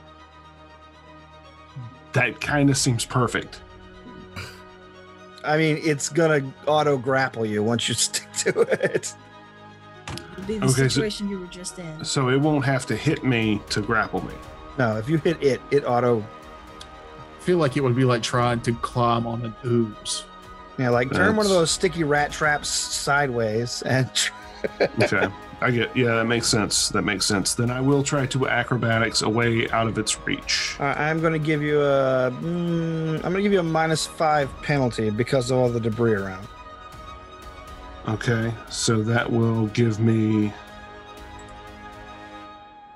S4: That kind of seems perfect.
S2: i mean it's gonna auto grapple you once you stick to it
S5: It'd be the
S4: Okay, so-
S5: situation you were just in.
S4: So it won't have to hit me to grapple me.
S2: no if you hit it it auto
S1: I feel like it would be like trying to climb on an ooze.
S2: Yeah, like turn one of
S4: That's-
S2: those sticky rat traps sideways and tr-
S4: Okay. I get yeah, that makes sense. That makes sense. Then I will try to acrobatics away out of its reach.
S2: uh, I'm going to give you a mm, I'm going to give you a minus 5 penalty because of all the debris around.
S4: Okay. So that will give me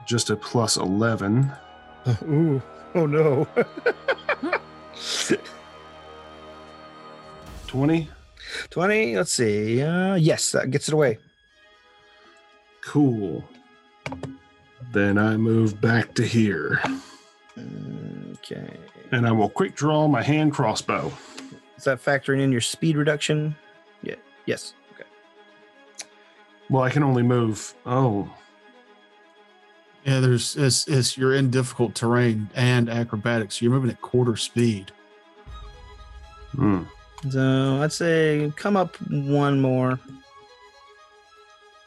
S4: just a plus 11.
S2: Ooh. Oh no.
S4: 20.
S2: 20, let's see. Uh, yes, that gets it away.
S4: Cool. Then I move back to here
S2: Mm, Okay.
S4: and I will quick draw my hand crossbow.
S2: Is that factoring in your speed reduction? Yeah. Yes. Okay.
S4: Well, I can only move. Oh.
S1: Yeah, there's it's, it's you're in difficult terrain and acrobatics. You're moving at quarter speed.
S4: Hmm.
S2: So I'd say come up one more,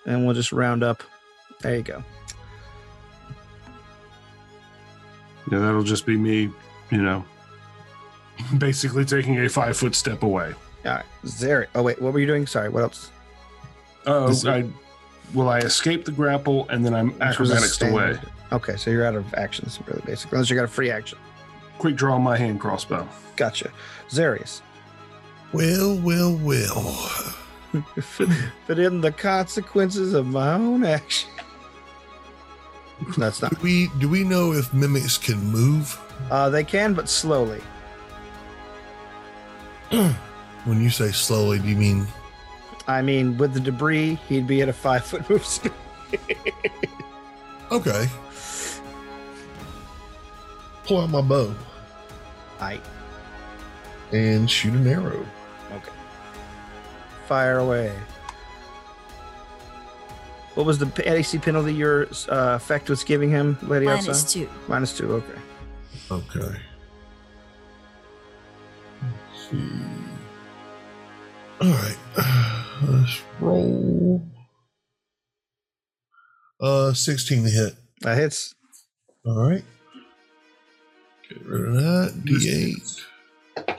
S2: and we'll just round up. There you go.
S4: Yeah, that'll just be me, you know, basically taking a five foot step away.
S2: All right, there. Oh wait, what were you doing? Sorry, what else?
S4: Oh,
S1: Is it-
S4: I will I escape the grapple and then I'm
S2: Which was a
S4: acrobatics away.
S2: standard- Okay, so you're out of actions, really, basically, unless you got a free action.
S4: Quick draw my hand crossbow.
S2: Gotcha. Zarius,
S3: Well, well, well.
S2: fit in the consequences of my own action. That's not.
S3: Do we do we know if mimics can move?
S2: Uh, they can, but slowly.
S3: When you say slowly, do you mean
S2: I mean, with the debris, he'd be at a five foot move speed.
S3: okay? Pull out my bow
S2: I
S3: and shoot an arrow.
S2: fire away. What was the p- AC penalty your uh, effect was giving him, Lady
S5: Minus
S2: Outside?
S5: two.
S2: Minus two. Okay.
S3: Okay. Let's see. All right. Let's roll. Uh, sixteen to hit.
S2: That hits.
S3: All right. Get rid of that. D8.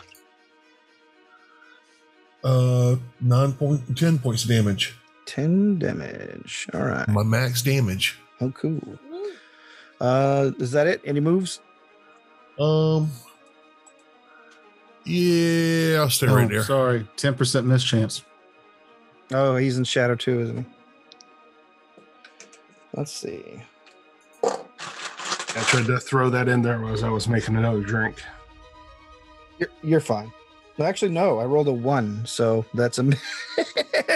S3: Uh, nine point, ten points of damage.
S2: Ten damage. All right.
S3: My max damage.
S2: Oh, cool. Uh, is that it? Any moves?
S3: Um. Yeah, I'll stay
S1: Oh,
S3: right there.
S1: Sorry, ten percent miss chance.
S2: Oh, he's in shadow too, isn't he? Let's see.
S4: I tried to throw that in there as I was making another drink.
S2: You're, you're fine. No, Actually, no. I rolled a one, so that's a miss.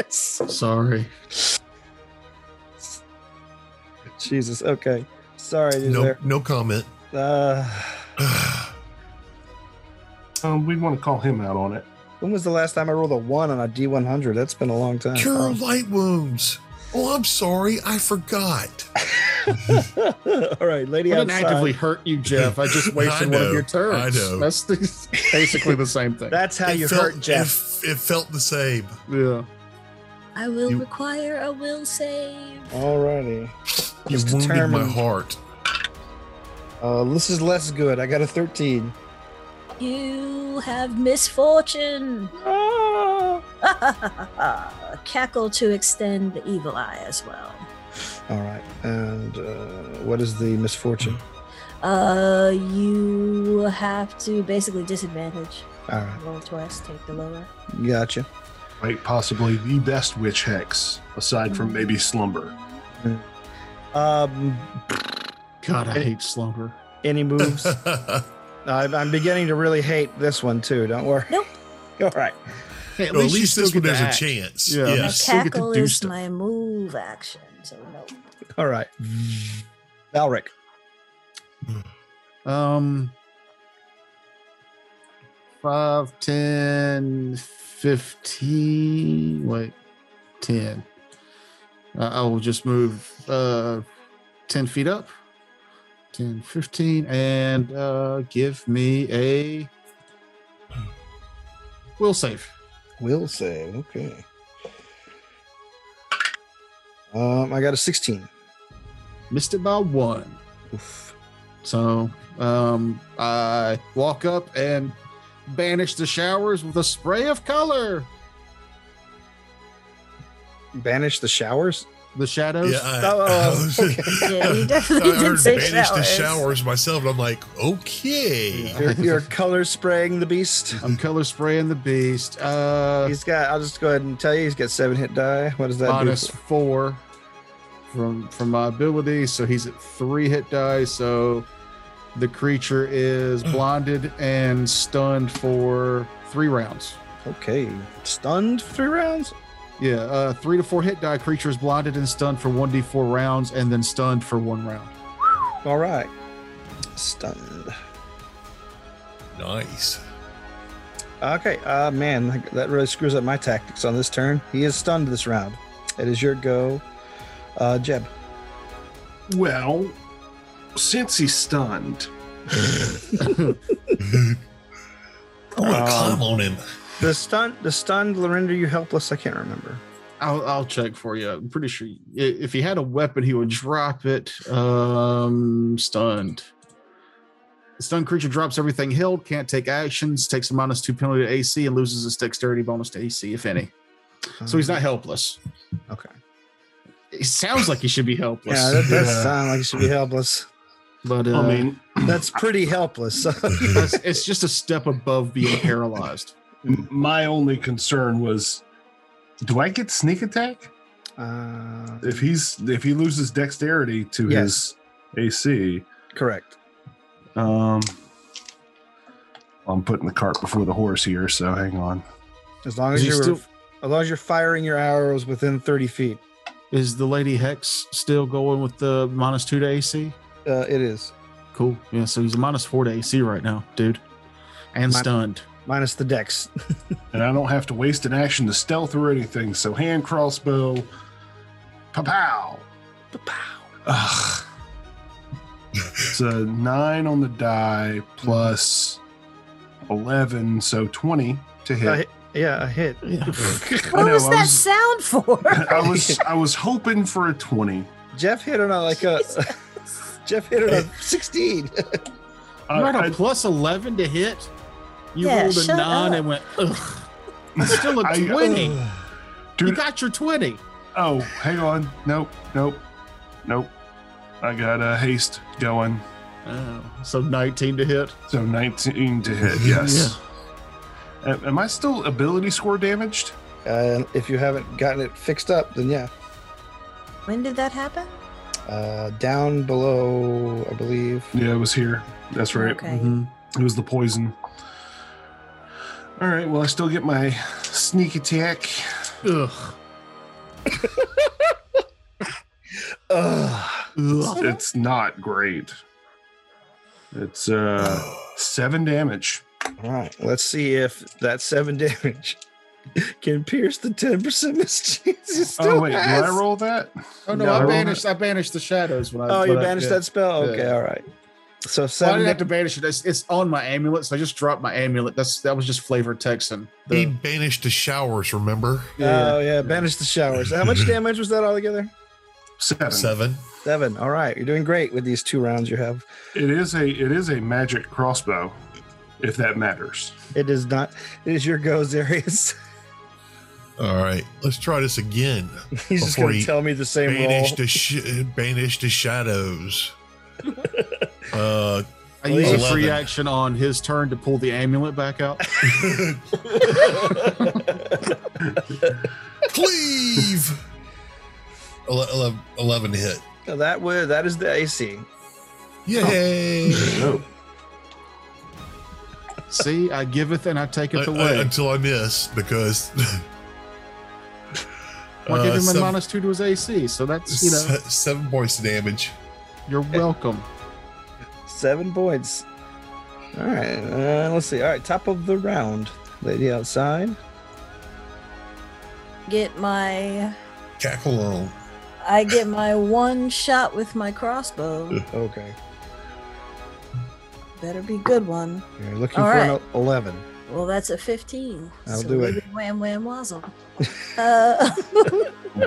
S1: Sorry.
S2: Jesus. Okay. Sorry, dude.
S3: No,
S2: There.
S3: no comment.
S2: Uh,
S4: Um, we want to call him out on it.
S2: when was the last time I rolled a one on a D100? That's been a long time.
S3: Cure light wounds. Oh, I'm sorry, I forgot.
S2: All right,
S1: I
S2: lady
S1: didn't
S2: outside.
S1: actively hurt you, Jeff. I just wasted one
S3: I know,
S1: of your turns.
S3: I know.
S1: That's the, basically the same thing.
S2: That's how
S3: It
S2: you
S3: felt-
S2: hurt Jeff.
S3: It, it felt the same.
S1: yeah.
S5: I will
S3: You-
S5: require a will save.
S2: Alrighty.
S3: You
S2: Just
S3: wounded my
S2: determined.
S3: heart.
S2: Uh, this is less good. I got a 13.
S5: You have misfortune.
S3: Ah.
S5: Cackle to extend the evil eye as well.
S2: All right. And uh, what is the misfortune?
S5: Uh, you have to basically disadvantage.
S3: Mm-hmm.
S2: All right.
S5: Roll twice, take the lower.
S2: Gotcha.
S4: Quite possibly the best witch hex, aside from maybe slumber.
S2: Um,
S1: God, I hate slumber.
S2: any moves? I, I'm beginning to really hate this one too. Don't worry.
S5: Nope.
S2: All right.
S1: Hey,
S3: Well, at least
S1: you
S3: this
S1: still
S3: one
S1: get to
S3: there's a
S1: act.
S3: chance.
S1: Yeah.
S5: My
S3: Yes.
S1: still get to
S5: cackle
S1: do
S5: is
S1: stuff.
S5: my move action, so no.
S2: All right.
S3: Mm.
S2: Valric.
S1: Um, 5, 10, 15. Wait, 10. Uh, I will just move uh, 10 feet up. 10, 15, and uh, give me a will save.
S2: Will save. Okay. Um, I got a 16.
S1: Missed it by one.
S2: Oof.
S1: So um, I walk up and banish the showers with a spray of color.
S2: Banish the showers.
S1: The shadows.
S3: Yeah, I,
S2: Oh,
S3: I
S2: oh,
S3: was-
S2: okay.
S5: Yeah, you definitely
S3: I
S5: did
S3: heard
S5: say
S3: banish the
S5: showers.
S3: showers myself, and I'm like, okay.
S1: Yeah.
S2: You're, you're color spraying the beast.
S1: I'm color spraying the beast. Uh,
S2: He's got. I'll just go ahead and tell you. He's got seven hit die. What does that
S1: minus
S2: do?
S1: four from from my ability, so he's at three hit die. So the creature is blinded and stunned for three rounds.
S2: Okay. Stunned for three rounds.
S1: Yeah, uh, three to four hit die. Creature is blinded and stunned for one d four rounds, and then stunned for one round.
S2: All right. Stunned.
S3: Nice.
S2: Okay, uh, man, that- that really screws up my tactics on this turn. He is stunned this round. It is your go, uh, Jeb.
S4: Well, since he's stunned,
S3: I want to
S2: Um,
S3: climb on him.
S2: The stun, the stunned Lorinda, you helpless. I can't remember.
S1: I'll, I'll check for you. I'm pretty sure i- if he had a weapon, he would drop it. Um, stunned. Stunned creature drops everything held, can't take actions, takes a minus two penalty to AC, and loses its dexterity bonus to AC, if any. So he's not helpless.
S2: Okay.
S1: It sounds like he should be helpless,
S2: Yeah, that does
S4: Yeah.
S2: sound like you should be helpless.
S1: but uh,
S4: I mean,
S2: That's pretty helpless. Uh,
S1: that's, it's just a step above being paralyzed.
S4: m- my only concern was, do I get sneak attack
S2: uh,
S4: if he's if he loses dexterity to
S2: Yes.
S4: his AC?
S2: correct.
S4: Um, I'm putting the cart before the horse here, so hang on.
S2: As long
S1: Is
S2: as
S1: he
S2: you're
S1: still-
S2: as long as you're firing your arrows within thirty feet,
S1: Is the lady hex still going with the minus two to AC?
S2: uh, it is
S1: Cool. Yeah, so he's a minus four to AC right now, dude, and
S2: My-
S1: stunned.
S2: minus the dex.
S4: And I don't have to waste an action to stealth or anything. So hand crossbow, pow pow, Ugh. It's a nine on the die plus eleven, so twenty to
S2: A
S4: hit.
S2: hit- yeah, a hit.
S1: Yeah.
S5: What
S4: know,
S5: was
S4: I
S5: that
S4: was-
S5: sound for?
S4: I was I was hoping for a twenty.
S2: Jeff hit on a like a Jeff hit on a sixteen.
S4: I-
S1: You're at a
S4: Uh, I-
S1: plus 11 to hit. You
S5: Yeah,
S1: rolled a
S5: shut
S1: nine
S5: up.
S1: and went, ugh. It's still a
S4: I-
S1: 20. you
S4: Dude.
S1: got your 20.
S4: oh, hang on. Nope, nope, nope. I got a haste going,
S1: Oh, so 19 to hit.
S4: so nineteen to hit. Yes. A- Am I still ability score damaged?
S2: Uh, if you haven't gotten it fixed up, then yeah,
S5: when did that happen?
S2: uh, down below, I believe.
S4: Yeah, it was here. That's right.
S5: Okay.
S1: Mm-hmm.
S4: It was the poison. All right. Well, I still get my sneak attack.
S1: Ugh.
S2: Ugh.
S1: Ugh.
S4: It's not great. It's uh seven damage.
S2: All right, let's see if that seven damage can pierce the ten percent mischance. you
S4: Oh
S2: still
S4: wait,
S2: has.
S4: did I roll that?
S1: Oh, no,
S2: No,
S1: I
S2: I
S1: banished I banished the shadows when I
S2: Oh, you
S1: when I-
S2: banished
S1: yeah.
S2: that spell. Okay,
S1: Yeah.
S2: all right. So
S1: Well, I
S2: seven.
S1: didn't have to banish it. It's, it's on my amulet, so I just dropped my amulet. That's that was just flavored Texan. The-
S3: he banished the showers. Remember
S1: yeah.
S2: Oh yeah, banish the showers. How much damage was that altogether?
S4: Seven.
S3: seven.
S2: Seven. All right, you're doing great with these two rounds you have.
S4: It is a it is a magic crossbow, if that matters.
S2: It is not. It is your go, Zarius.
S3: All right, let's try this again.
S2: He's just
S3: Before
S2: gonna
S3: you
S2: tell me the same roll.
S3: Banish the sh- banish the shadows. uh,
S1: I used a
S3: 11.
S1: free action on his turn to pull the amulet back out.
S3: cleave. Ele- ele- Eleven hit.
S2: So that would that is the AC.
S3: Yay!
S4: No.
S1: See, I giveth and I taketh
S3: I- I-
S1: away.
S3: until I miss because
S1: Well, I
S3: Uh,
S1: gave him a
S3: seven-
S1: minus two to his AC, so that's you know,
S3: se- seven points of damage.
S1: you're welcome.
S2: Seven points. All right. Uh, let's see. All right. Top of the round. Lady outside.
S5: Get my
S3: Cackle on.
S5: I get my one shot with my crossbow.
S2: Okay.
S5: Better be good one.
S2: You're looking
S5: All
S2: for an
S5: right.
S2: el- eleven.
S5: Well, that's a 15.
S2: I'll do it.
S5: maybe Wham wham wazzle. uh,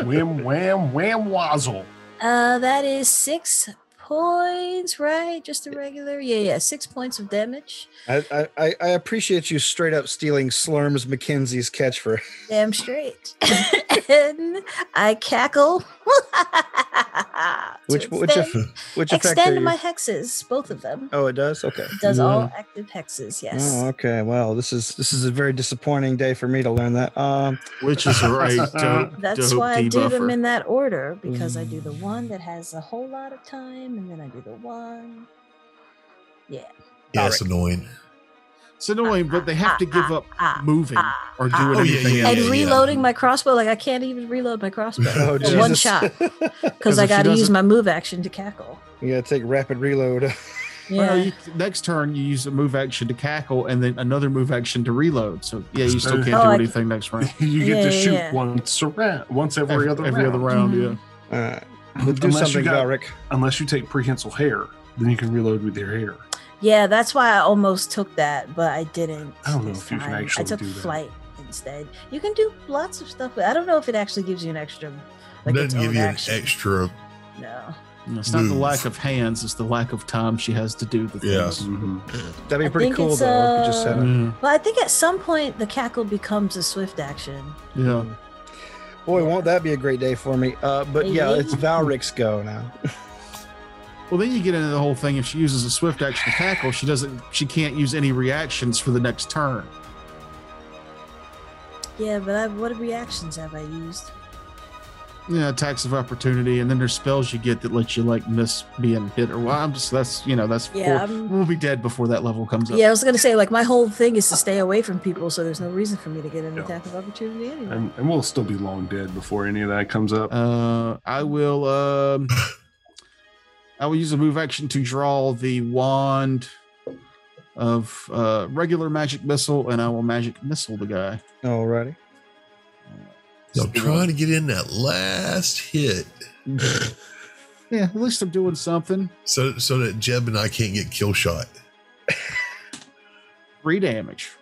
S4: Wham wham wham wazzle.
S5: uh, that is six points, right? Just a regular. Yeah, yeah. Six points of damage.
S2: I, I- I, I appreciate you straight up stealing Slurms McKenzie's catchphrase.
S5: Damn straight. and I cackle. to
S2: Which which
S5: extend,
S2: eff- which effect? Are
S5: extend
S2: you?
S5: my hexes, both of them.
S2: oh, it does. Okay.
S5: It does all active hexes, yes.
S2: Oh, okay. Well, this is this is a very disappointing day for me to learn that. Um,
S1: Which is right. dope,
S5: That's
S1: dope
S5: why I do them
S1: debuffer.
S5: in that order because I do the one that has a whole lot of time, and then I do the one.
S3: Yeah,
S2: All
S3: it's annoying.
S1: It's annoying, but they have to give up
S5: Ah,
S1: moving
S5: ah,
S1: or
S5: ah.
S1: doing
S3: Oh, yeah,
S1: anything
S3: yeah,
S5: and
S1: else.
S5: reloading my crossbow, like I can't even reload my crossbow
S2: oh,
S5: in one
S2: Jesus.
S5: shot because
S1: 'Cause
S5: I
S1: if she
S5: got to use
S1: doesn't-
S5: my move action to cackle.
S2: you gotta take rapid reload.
S5: Yeah,
S1: Well, you, next turn you use a move action to cackle and then another move action to reload. So yeah, you still can't
S5: Oh,
S1: do
S5: I-
S1: anything next round.
S4: You get
S5: Yeah,
S4: to shoot
S5: yeah.
S4: once around, once every, other
S1: every
S4: round.
S1: other round,
S5: Mhm.
S1: yeah.
S2: All right. Do
S4: unless you
S2: something,
S4: got,
S2: Valric.
S4: unless you take prehensile hair. then you can reload with your hair.
S5: Yeah, that's why I almost took that, but I didn't.
S4: I don't know
S5: this
S4: if you can
S5: time.
S4: actually
S5: I took
S4: do that.
S5: flight instead. You can do lots of stuff. With, I don't know if it actually gives you an extra. Like its
S3: Doesn't give
S5: own
S3: you
S5: action.
S3: an extra.
S5: No.
S1: And it's not the
S3: Move.
S1: lack of hands; it's the lack of time she has to do the
S3: Yeah.
S1: things.
S4: Mm-hmm.
S2: That'd be
S5: I
S2: pretty
S5: think
S2: cool
S5: it's, uh,
S2: though. if we just had a-
S1: Yeah,
S5: Well, I think at some point the cackle becomes a swift action.
S1: yeah.
S2: Boy, won't that be a great day for me? Uh, but yeah,
S5: Maybe.
S2: it's Valric's go now.
S1: Well, then you get into the whole thing. If she uses a swift action to tackle, she doesn't. She can't use any reactions for the next turn.
S5: Yeah, but I, what reactions have I used?
S1: Yeah, attacks of opportunity, and then there's spells you get that let you like miss being hit or well. I'm just that's you know that's
S5: Yeah,
S1: four-
S5: I'm-
S1: we'll be dead before that level comes up.
S5: Yeah, I was gonna say like my whole thing is to stay away from people, so there's no reason for me to get an
S4: Yeah.
S5: attack of opportunity anyway.
S4: And, and we'll still be long dead before any of that comes up.
S1: Uh, I will. Um, I will use a move action to draw the wand of uh, regular magic missile, and I will magic missile the guy.
S2: Alrighty.
S3: I'm trying to get in that last hit
S1: Yeah, at least I'm doing something.
S3: so so that Jeb and I can't get kill shot.
S1: Three damage.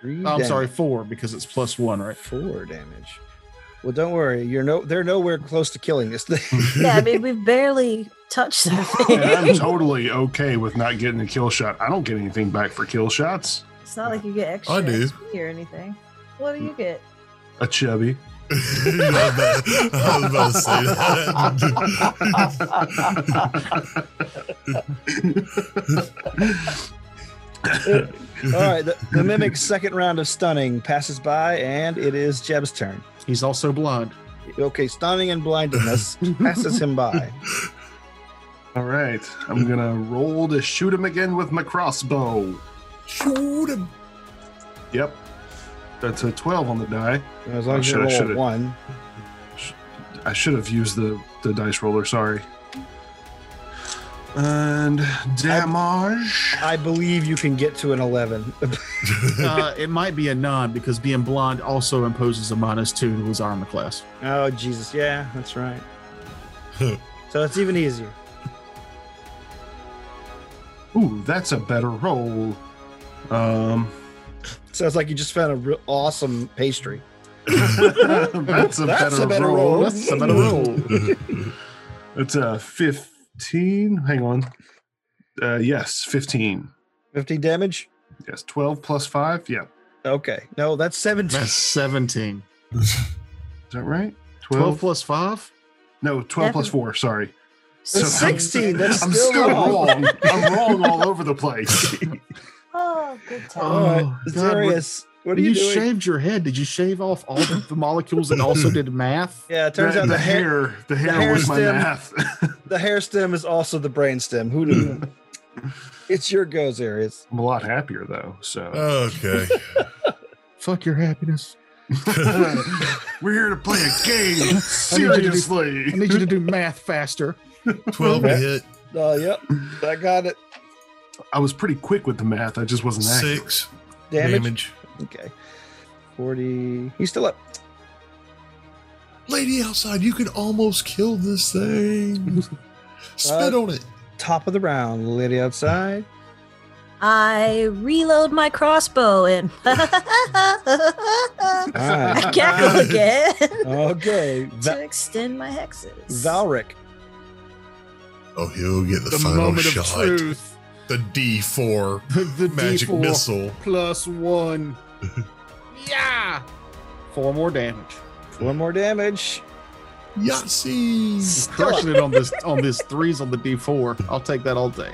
S2: Three
S1: Oh, I'm
S2: damage.
S1: sorry, four because it's plus one, right?
S2: Four damage. Well, don't worry. You're no. They're nowhere close to killing this thing.
S5: yeah, I mean we've barely touched that thing.
S4: and I'm totally okay with not getting a kill shot. I don't get anything back for kill shots.
S5: it's not like you get extra
S3: I do.
S5: XP or anything. What do you get?
S4: A chubby.
S3: I was about to say that.
S2: All right. The, the mimic's second round of stunning passes by, and it is Jeb's turn.
S1: He's also blind.
S2: Okay, stunning and blindness passes him by.
S4: All right. I'm going to roll to shoot him again with my crossbow.
S3: Shoot him.
S4: Yep. That's a 12 on the die.
S2: As long as you
S4: Shoulda-
S2: roll
S4: shoulda.
S2: one.
S4: I should have used the, the dice roller. Sorry. And damage.
S2: I believe you can get to an eleven.
S1: Uh, it might be a non because being blind also imposes a minus two to his armor class.
S2: oh Jesus! Yeah, that's right. So it's even easier.
S4: Ooh, that's a better roll. Um,
S2: Sounds like you just found a real awesome pastry.
S4: that's
S2: That's
S4: a better,
S2: a better
S4: roll.
S2: roll.
S4: That's a better roll. That's a 15. Hang on. Uh, yes, 15.
S2: Fifteen damage.
S4: Yes, 12 plus 5. Yeah. Is
S2: Okay. No, that's seventeen.
S1: That's 17.
S4: that right? 12?
S1: 12 plus five?
S4: No, 12 plus 4. Sorry.
S2: That's
S4: So I'm-
S2: sixteen. That's
S4: I'm
S2: still,
S4: still
S2: wrong.
S4: wrong. I'm wrong all over the place.
S5: Oh, good time.
S2: All
S4: Um,
S2: right,
S1: Oh, God, we're-
S2: Zarius, what are you, doing?
S1: shaved your head. Did you shave off all the, the molecules and also did math?
S2: Yeah, it turns out the hair,
S4: the hair,
S2: hair
S4: was my
S2: stem-
S4: math.
S2: the hair stem is also the brain stem. Who knew? it's your go, Zarius.
S4: I'm a lot happier though. So
S3: Okay.
S1: Fuck your happiness.
S4: we're here to play a game
S1: I
S4: seriously.
S1: need you to do math faster.
S3: 12 to hit,
S2: Oh, yep, I got it.
S4: I was pretty quick with the math. I just wasn't accurate.
S3: 6
S2: Damage.
S3: damage.
S2: Okay, forty. He's still up.
S3: Lady outside, you could almost kill this thing. Spit
S2: Uh,
S3: on it.
S2: Top of the round, lady outside.
S5: I reload my crossbow and
S2: All right.
S5: I cackle again
S2: Okay,
S5: to
S2: Va-
S5: extend my hexes.
S2: Valric.
S3: Oh, he'll get the, final shot.
S1: truth.
S3: The D4
S1: The, the
S3: magic
S1: D4
S3: missile.
S1: plus one. yeah. Four more damage.
S2: Four more damage.
S3: Yahtzee.
S1: I'm crushing it on this on this threes on the D4. I'll take that all day.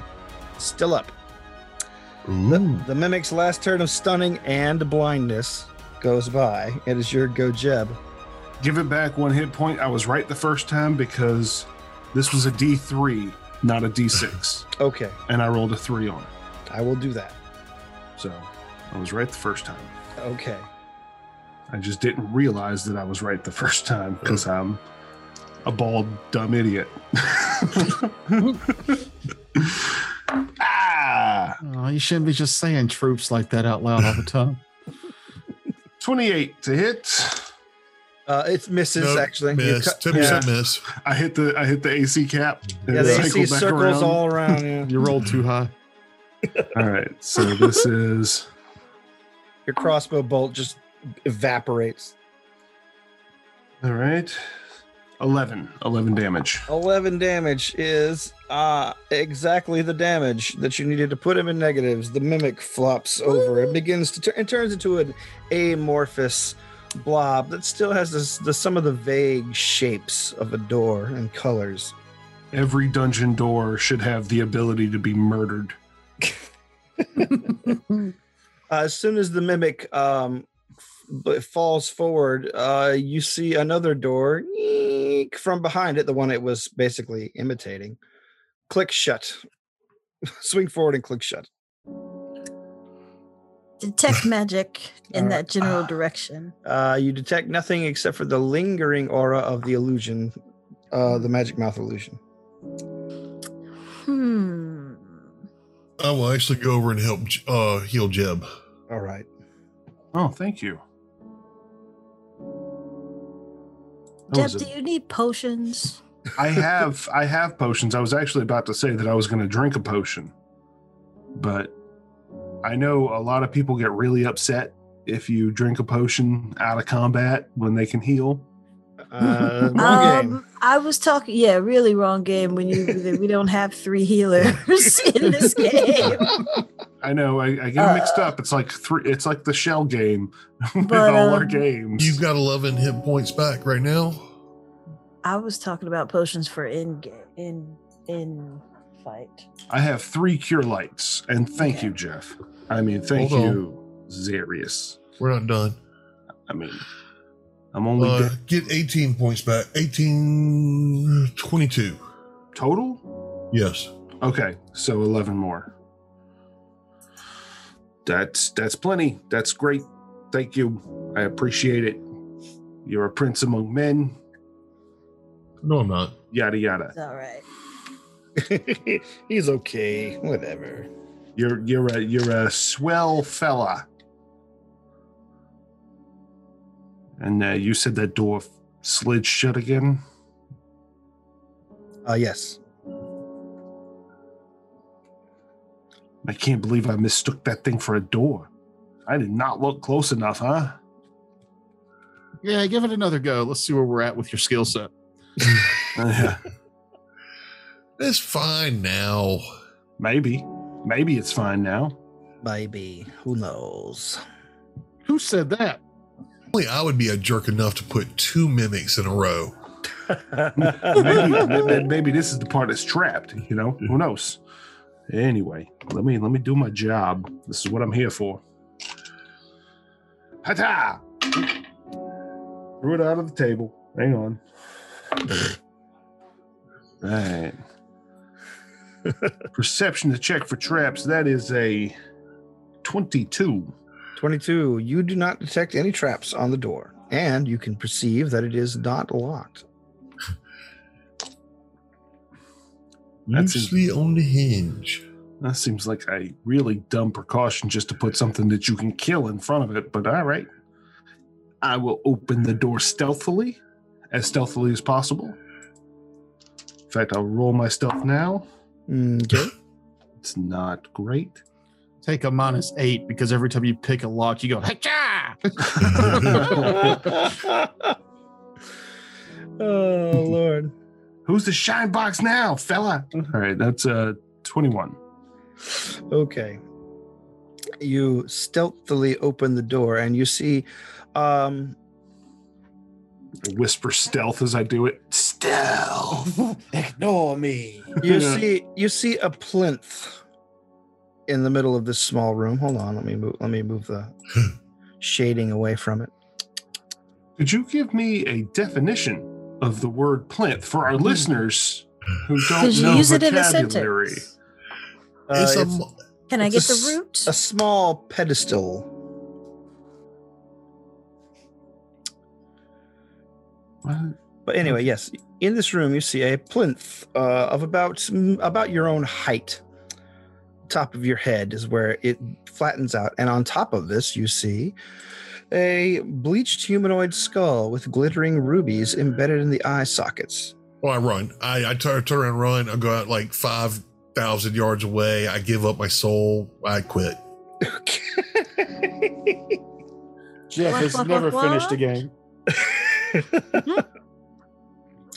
S2: Still up.
S3: Ooh.
S2: The mimic's last turn of stunning and blindness goes by. It is your go, Jeb.
S4: Uh, Give it back one hit point. I was right the first time because this was a D three, not a D six,
S2: Okay,
S4: and I rolled a three on it.
S2: I will do that.
S4: So I was right the first time.
S2: Okay.
S4: I just didn't realize that I was right the first time because I'm a bald, dumb idiot. ah,
S1: Oh, you shouldn't be just saying troops like that out loud all the time.
S4: 28 to hit.
S2: Uh, it's misses
S3: Nope,
S2: actually. You
S3: miss.
S2: cut-
S3: Ten
S2: yeah.
S3: percent miss.
S4: I hit the I hit the AC cap. and
S2: Yeah, the
S4: cycle
S2: AC
S4: back
S2: circles
S4: around.
S2: all around. Yeah.
S1: You rolled too high.
S4: All right, so this is
S2: Your crossbow bolt just evaporates.
S4: all right. 11, 11 damage.
S2: 11 damage is uh, exactly the damage that you needed to put him in negatives. The mimic flops over and begins to turn, it turns into an amorphous blob that still has this, the, some of the vague shapes of a door and colors.
S4: Every dungeon door should have the ability to be murdered.
S2: Uh, as soon as the mimic um, f- b- falls forward, uh, you see another door eek, from behind it, the one it was basically imitating. Click shut. Swing forward and click shut.
S5: Detect magic in
S2: Alright.
S5: that general direction.
S2: Uh, you detect nothing except for the lingering aura of the illusion, uh, the magic mouth illusion.
S5: Hmm.
S3: I will actually go over and help J- uh, heal Jeb.
S2: All right.
S4: Oh, thank you. That
S5: Deb,
S4: was a-
S5: do you need potions?
S4: I have I have potions. I was actually about to say that I was going to drink a potion, but I know a lot of people get really upset if you drink a potion out of combat when they can heal.
S2: Uh, wrong game.
S5: Um, I was talking. Yeah, really wrong game. When you that we don't have three healers in this game.
S4: I know I, I get 'em mixed
S5: Uh.
S4: up. It's like three. It's like the shell game with
S5: But,
S4: all our
S5: um,
S4: games.
S3: You've got 11 hit points back right now.
S5: I was talking about potions for in game in in fight.
S4: I have three cure lights, and thank you, Jeff. I mean, thank
S3: Hold on.
S4: you, Zarius.
S3: We're not done.
S4: I mean, I'm only
S3: Uh,
S4: dead
S3: get 18 points back. 18, 22.
S4: total.
S3: Yes.
S4: Okay, so eleven more. That's that's plenty. That's great. Thank you. I appreciate it. You're a prince among men.
S3: No, I'm not.
S4: Yada yada.
S5: It's all right.
S2: He's okay. Whatever.
S4: You're you're a you're a swell fella. And uh, you said that door slid shut again.
S2: Uh, yes.
S4: I can't believe I mistook that thing for a door. I did not look close enough, huh?
S1: Yeah, give it another go. Let's see where we're at with your skill set.
S3: It's fine now.
S4: maybe, maybe it's fine now.
S2: Maybe. Who knows?
S1: Who said that?
S3: Only I would be a jerk enough to put two mimics in a row.
S4: maybe, maybe, maybe this is the part that's trapped. You know, who knows? Anyway, let me let me do my job. This is what I'm here for. Hata! Threw it out of the table. Hang on. All right. Perception to check for traps. That is a twenty-two.
S2: 22. You do not detect any traps on the door, and you can perceive that it is not locked.
S4: That's
S3: Loosely on the hinge.
S4: That seems like a really dumb precaution just to put something that you can kill in front of it, but all right. I will open the door stealthily, as stealthily as possible. In fact, I'll roll my stealth now.
S2: Okay.
S4: It's not great.
S1: Take a minus eight because every time you pick a lock, you go, hey,
S2: oh, Lord.
S4: Who's the shine box now, fella? All right, that's uh 21.
S2: Okay. You stealthily open the door and you see um
S4: Whisper stealth as I do it. Stealth.
S1: Ignore me.
S2: you
S4: Yeah.
S2: see you see a plinth in the middle of this small room. Hold on, let me move let me move the shading away from it.
S4: Could you give me a definition of the word plinth for our listeners who
S5: Could
S4: don't
S5: you
S4: know
S5: use it in a
S4: vocabulary?
S5: sentence?
S2: Uh,
S3: it's a,
S2: it's
S3: mo-
S5: Can I
S2: It's a
S5: get the
S2: s-
S5: root?
S2: a small pedestal.
S4: What?
S2: But anyway, yes, in this room you see a plinth uh, of about mm, about your own height. Top of your head is where it flattens out, and on top of this you see a bleached humanoid skull with glittering rubies embedded in the eye sockets.
S3: Well, I run. I, I turn, turn around, and run. I go out like 5,000 yards away. I give up my soul. I quit.
S2: Okay.
S6: Jeff has
S5: What, what,
S6: never
S5: what,
S6: finished a
S5: what?
S6: game.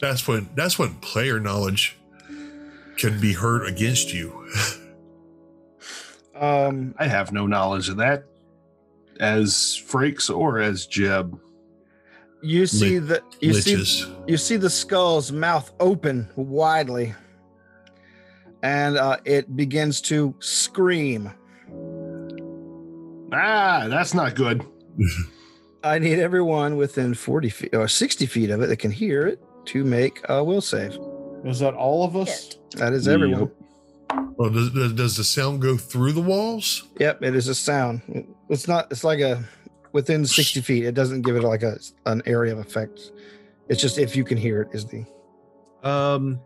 S3: That's when that's when player knowledge can be hurt against you.
S2: um,
S4: I have no knowledge of that as Frakes or as Jeb.
S2: you see the you see
S3: Liches.
S2: you see the skull's mouth open widely, and uh, it begins to scream.
S4: Ah, that's not good.
S2: I need everyone within forty feet or sixty feet of it that can hear it to make a will save.
S6: Is that all of us?
S2: That is everyone. Yep,
S3: Well, does, does, does the sound go through the walls?
S2: it is a sound. It's not. It's like a within sixty feet. It doesn't give it like a an area of effect. It's just if you can hear it is the.
S1: Um,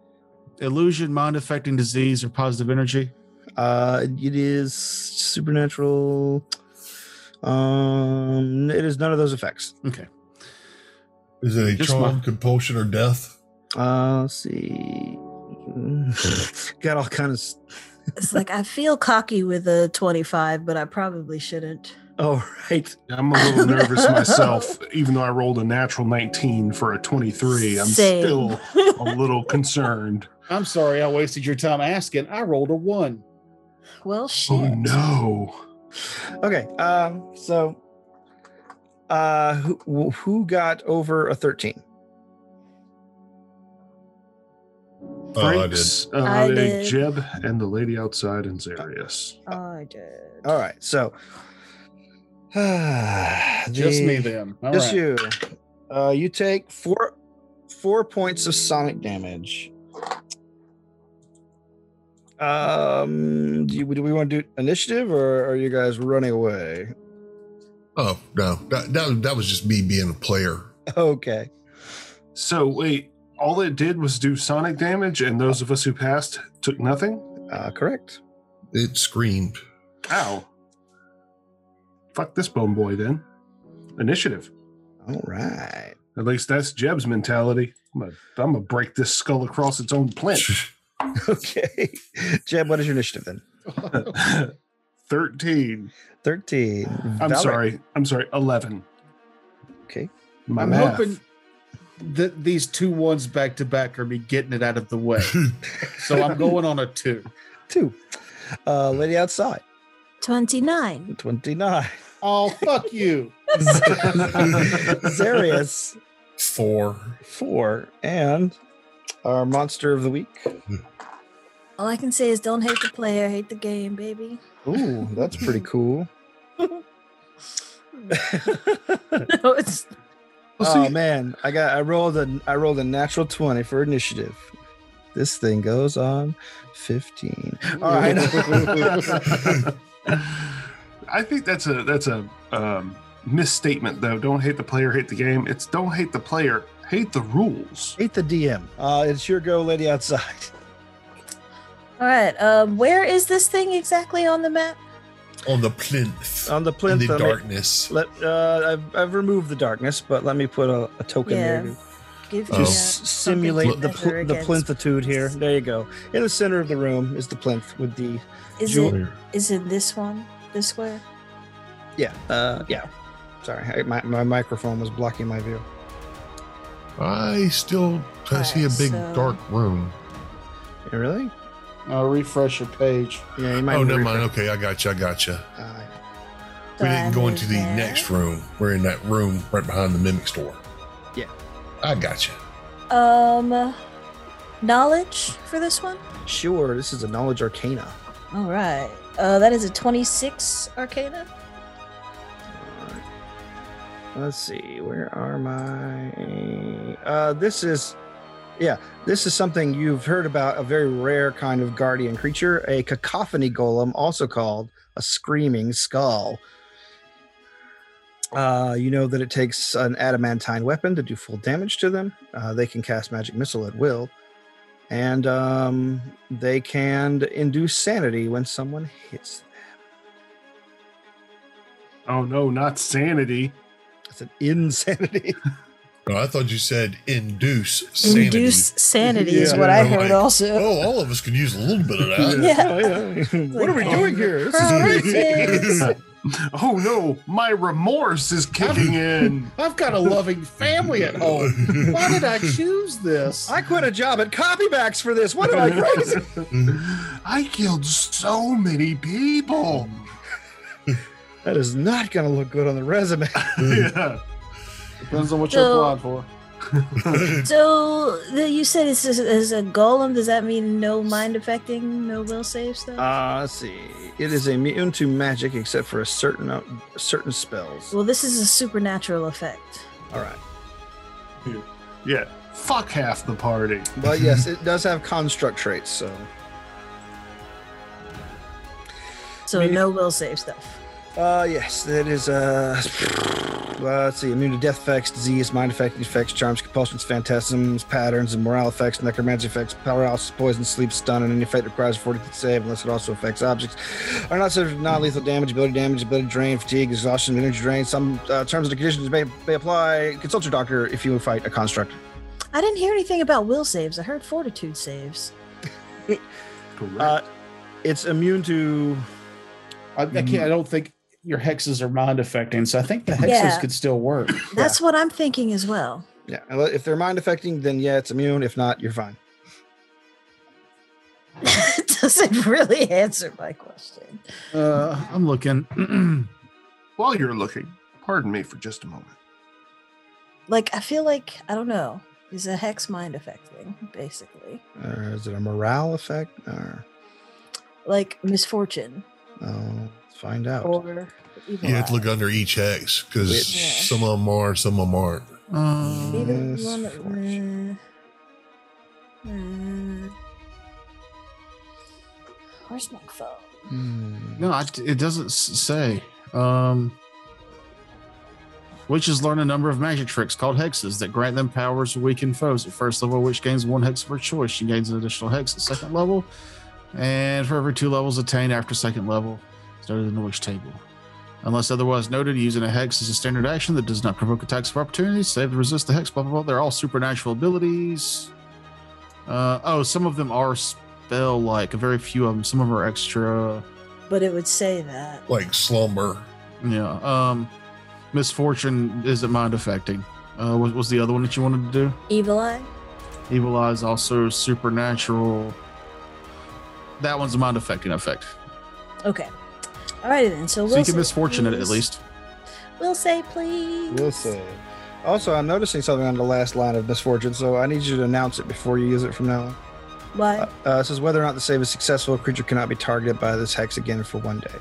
S1: illusion, mind affecting disease, or positive energy.
S2: Uh, it is supernatural. Um, it is none of those effects.
S1: Okay.
S3: Is it a
S1: Just
S3: charm,
S1: my-
S3: compulsion, or death?
S2: Uh, let's see. Got all kinds
S5: It's like I feel cocky with a 25, but I probably shouldn't.
S2: of. All right.
S4: I'm a little nervous myself, even though I rolled a natural 19 for a 23. I'm
S5: Same.
S4: still a little concerned.
S1: I'm sorry I wasted your time asking. I rolled a one.
S5: well, shit.
S4: Oh no.
S2: Okay. Um. So. Uh, who, who got over a thirteen?
S3: Oh, I did.
S4: Frakes, uh,
S5: I did.
S4: Jeb, and the lady outside in Zarius.
S5: Oh, I did.
S2: All right. So.
S1: Just
S2: just
S1: me then. All
S2: Just
S1: right.
S2: you. Uh, you take four four points of sonic damage. Um, do, you, do we want to do initiative, or are you guys running away?
S3: Oh no, that, that that was just me being a player.
S2: Okay.
S4: So wait, all it did was do sonic damage, and those of us who passed took nothing?
S2: Uh, correct.
S3: It screamed.
S4: Ow. Fuck this bone boy then. Initiative.
S2: All right.
S4: At least that's Jeb's mentality. I'm gonna, I'm gonna break this skull across its own plinth.
S2: Okay. Jeb, what is your initiative then?
S4: 13.
S2: 13.
S4: I'm
S2: Valorant.
S4: sorry. I'm sorry. 11.
S2: Okay.
S4: My
S1: I'm
S4: math.
S1: hoping that these two ones back to back are me getting it out of the way. so I'm going on a two.
S2: Two. Uh, lady outside.
S5: 29.
S2: 29.
S1: Oh, fuck you.
S2: Zarius.
S3: Four.
S2: Four. And our monster of the week.
S5: All I can say is don't hate the player, hate the game, baby.
S2: Ooh, that's pretty cool.
S5: No, it's
S2: oh man, I got I rolled a I rolled a natural twenty for initiative. This thing goes on fifteen. All right.
S4: I think that's a that's a um, misstatement though. Don't hate the player, hate the game. It's don't hate the player, hate the rules.
S2: Hate the DM. Uh, it's your go, lady outside.
S5: all right. Um, where is this thing exactly on the map?
S3: On the plinth.
S2: On the
S3: in
S2: plinth.
S3: the
S2: let me-
S3: darkness.
S2: Let, uh, I've, I've removed the darkness, but let me put a, a token there.
S5: Yeah.
S2: to
S5: Give
S3: Oh.
S5: me a,
S2: s- simulate
S5: something
S2: the
S5: to
S2: pl-
S5: measure
S2: the
S5: against.
S2: plinthitude here. There you go. In the center of the room is the plinth with the
S5: Is
S2: jewel-
S5: it is it this one? This square?
S2: yeah uh, yeah. Sorry, I, my my microphone was blocking my view.
S3: I still I see a
S5: Alright,
S3: big
S5: so-
S3: dark room.
S2: Yeah, really?
S1: I'll Uh, refresh your page.
S2: Yeah, you might.
S3: Oh,
S2: be
S3: never
S2: right.
S3: mind. Okay, I gotcha. I gotcha.
S2: Uh,
S5: Do
S3: We
S5: I
S3: didn't go into
S5: move
S3: the
S5: there?
S3: next room. We're in that room right behind the mimic store.
S2: Yeah.
S3: I gotcha.
S5: Um knowledge for this one?
S2: uh, Sure, this is a knowledge arcana.
S5: All right. Uh, that is a 26 arcana.
S2: Alright. Let's see, where are my. Uh, this is. Yeah, this is something you've heard about a very rare kind of guardian creature, a cacophony golem, also called a screaming skull. Uh, you know that it takes an adamantine weapon to do full damage to them. Uh, they can cast magic missile at will, and um, they can induce sanity when someone hits
S4: Oh no, not sanity.
S2: said insanity.
S3: No, I thought you said induce sanity.
S5: Induce uh, sanity is
S6: Yeah.
S5: what I
S3: Yeah.
S5: heard also.
S3: Oh, all of us can use a little bit of that.
S5: Yeah.
S2: Oh, yeah. what are we doing here? This is
S5: Promises.
S2: crazy.
S4: oh no, my remorse is kicking in.
S1: I've got a loving family at home. Why did I choose this?
S2: I quit a job at Copybacks for this. What am I crazy?
S4: I killed so many people.
S2: that is not going to look good on the resume.
S4: yeah.
S6: Depends on what
S5: So-
S6: you're applying for.
S5: So the, you said it's a, it's a golem. Does that mean no mind affecting, no will save stuff?
S2: Uh, let's see. It is immune to magic except for a certain uh, certain spells.
S5: well, this is a supernatural effect.
S2: All right.
S4: Yeah. Fuck half the party.
S2: But yes, it does have construct traits, so
S5: So
S2: Me-
S5: no will save stuff.
S2: Uh, yes, that is, uh, well, let's see, immune to death effects, disease, mind effect, effects, charms, compulsions, phantasms, patterns, and morale effects, necromancy effects, paralysis, poison, sleep, stun, and any effect requires a fortitude save unless it also affects objects. Are not subject to non-lethal damage, ability damage, ability drain, fatigue, exhaustion, energy drain. Some uh, terms and conditions may, may apply. Consult your doctor if you fight a construct.
S5: I didn't hear anything about will saves. I heard fortitude saves.
S4: Correct.
S2: Uh, it's immune to
S6: I, I can't. I don't think your hexes are mind affecting, so I think the hexes
S5: Yeah.
S6: could still work.
S5: That's what I'm thinking as well.
S2: yeah. unle- If they're mind affecting, then yeah, it's immune. If not, you're fine.
S5: Doesn't really answer my question.
S1: Uh, I'm looking.
S4: While you're looking, pardon me for just a moment.
S5: Like I feel like I don't know. Is a hex mind affecting basically?
S2: Or Uh, is it a morale effect? Or
S5: Like misfortune
S2: Oh, let's find out.
S5: or evil
S3: You have to
S5: eye.
S3: look under each hex because
S2: Which-
S3: some of them are, some of them aren't.
S1: uh,
S5: Either one-
S2: Misfortune.
S5: uh, uh, where's my phone?
S2: Hmm.
S1: no, I, it doesn't s- say. Um, witches learn a number of magic tricks called hexes that grant them powers to weaken foes. At first level, witch gains one hex per choice. She gains an additional hex at second level, and for every two levels attained after second level, it's noted in the witch table. Unless otherwise noted, using a hex is a standard action that does not provoke attacks of opportunity, save and resist the hex, blah, blah, blah. They're all supernatural abilities. Uh, oh, some of them are spell like, very few of them. Some of them are extra.
S5: But it would say that.
S3: Like slumber.
S1: Yeah. Um, misfortune isn't mind affecting. Uh, what was the other one that you wanted to do?
S5: Evil eye?
S1: Evil Eye is also supernatural. That one's a mind affecting effect.
S5: Okay. Alrighty then. So
S1: So
S5: we'll
S1: you can misfortune it at least.
S5: We'll say please.
S2: We'll see. Also, I'm noticing something on the last line of misfortune, so I need you to announce it before you use it from now on.
S5: Why?
S2: Uh, uh, it says whether or not the save is successful, a creature cannot be targeted by this hex again for one day.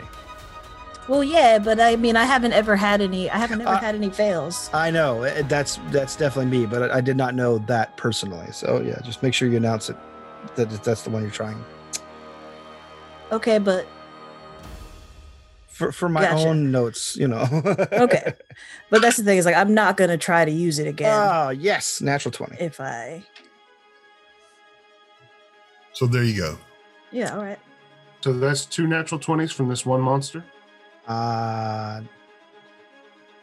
S5: well, yeah, but I mean, I haven't ever had any. I haven't ever
S2: Uh,
S5: had any fails.
S2: I know eh, that's that's definitely me, but I, I did not know that personally. So yeah, just make sure you announce it that that that's the one you're trying
S5: Okay, but
S2: for for my
S5: Gotcha.
S2: own notes. You know.
S5: okay, but that's the thing is like I'm not gonna try to use it again
S2: Ah, yes, natural twenty.
S5: if I.
S3: So there you go.
S5: Yeah. All right.
S4: So that's two natural 20s from this one monster.
S2: Uh,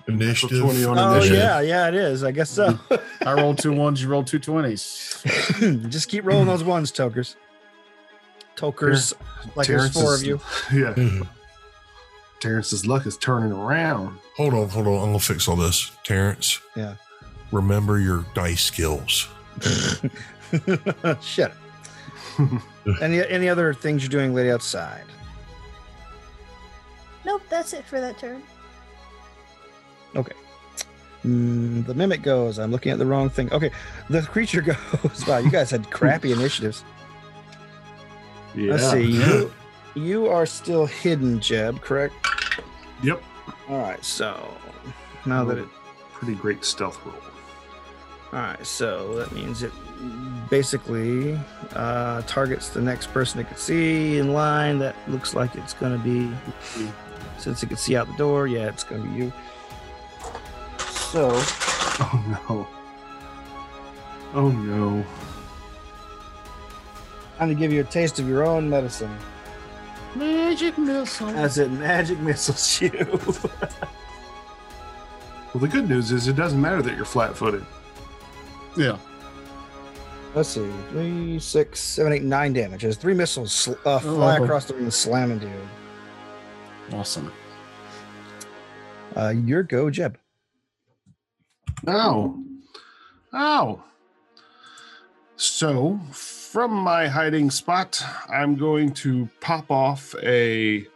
S3: Initiative.
S4: Natural 20 on
S2: oh
S4: initiative.
S2: yeah, yeah, it is. I guess so.
S1: I rolled two ones, you rolled two 20s.
S2: Just keep rolling those ones, Tokers. Tokers, like
S4: Terrence
S2: there's four
S4: is-
S2: of you.
S4: Yeah.
S3: Mm-hmm.
S4: Terrence's luck is turning around.
S3: Hold on, hold on. I'm gonna fix all this, Terrence.
S2: Yeah.
S3: Remember your dice skills.
S2: Shut up. any any other things you're doing late outside?
S5: Nope. That's it for that turn.
S2: Mm, the mimic goes. I'm looking at the wrong thing. Okay, the creature goes. Wow, you guys had crappy initiatives.
S4: Yeah.
S2: Let's see. You you are still hidden, Jeb. Correct.
S4: Yep.
S2: All right. So now that it
S4: Pretty great stealth roll.
S2: All right, so that means it basically uh, targets the next person it can see in line. That looks like it's going to be, since it can see out the door, yeah, it's going to be you. So,
S4: Oh no. Oh no.
S2: I'm going to give you a taste of your own medicine
S1: Magic missile.
S2: as it magic missiles you.
S4: Well, the good news is it doesn't matter that you're flat footed.
S1: Yeah.
S2: Let's see. Three, six, seven, eight, nine damages. Three missiles sl- uh, fly
S1: Oh.
S2: across the room, slamming dude.
S1: Awesome.
S2: Uh, your go, Jeb.
S4: Oh. Oh. So, from my hiding spot, I'm going to pop off a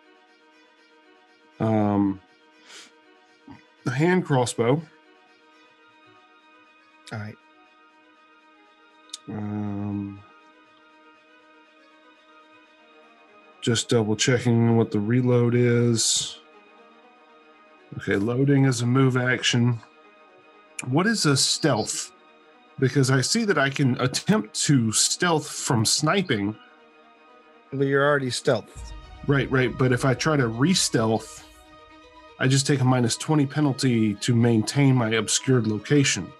S4: um a hand crossbow.
S2: All right.
S4: Um just double checking what the reload is. Okay, loading is a move action. What is a stealth? Because I see that I can attempt to stealth from sniping.
S2: Well, you're already stealth.
S4: Right, right. But if I try to re stealth, I just take a minus 20 penalty to maintain my obscured location.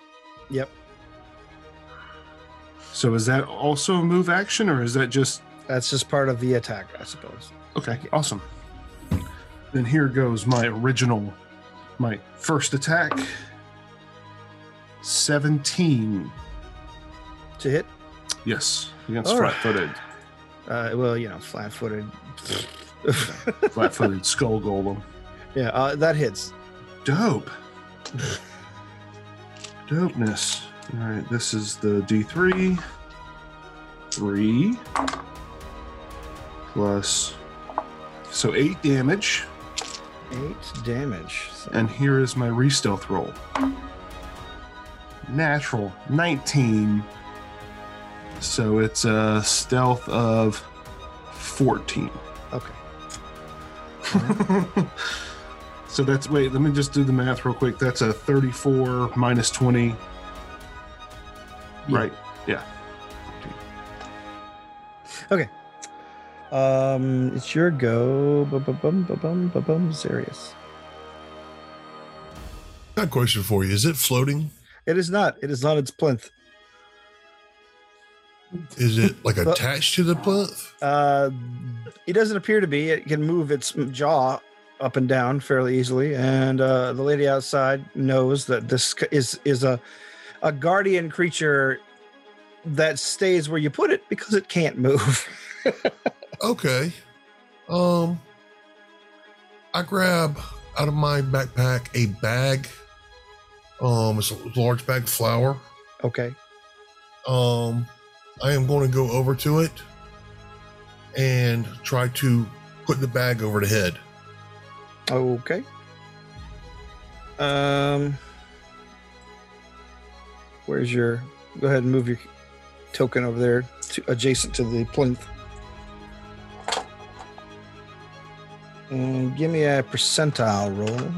S2: Yep.
S4: So is that also a move action or is that just.
S2: That's just part of the attack, I suppose.
S4: Okay, awesome. Then here goes my original, my first attack 17.
S2: To hit.
S4: Yes, against
S2: All right.
S4: flat footed,
S2: Uh, well, you know, flat-footed.
S4: flat footed skull golem.
S2: yeah, uh, that hits.
S4: Dope. Dopeness. All right, this is the D3. Three. Plus. So eight damage.
S2: Eight damage. So-
S4: And here is my re stealth roll. Natural 19. So it's a stealth of 14.
S2: Okay.
S4: so that's wait, let me just do the math real quick. That's a 34 minus 20. Right. Yeah.
S2: Um, it's your go. Bum bum bum bum bum bum. bum Zarius.
S3: Got a question for you. Is it floating?
S2: It is not. It is not its plinth.
S3: Is it like
S2: Well-
S3: attached to the plinth?
S2: Uh, it doesn't appear to be. It can move its jaw up and down fairly easily, and uh, the lady outside knows that this c- is is a a guardian creature that stays where you put it because it can't move.
S3: Okay. Um, I grab out of my backpack a bag. Um, it's a large bag of flour.
S2: okay.
S3: Um, I am going to go over to it and try to put the bag over the head.
S2: Okay. Um, where's your? Go ahead and move your token over there, to, adjacent to the plinth. And give me a percentile roll.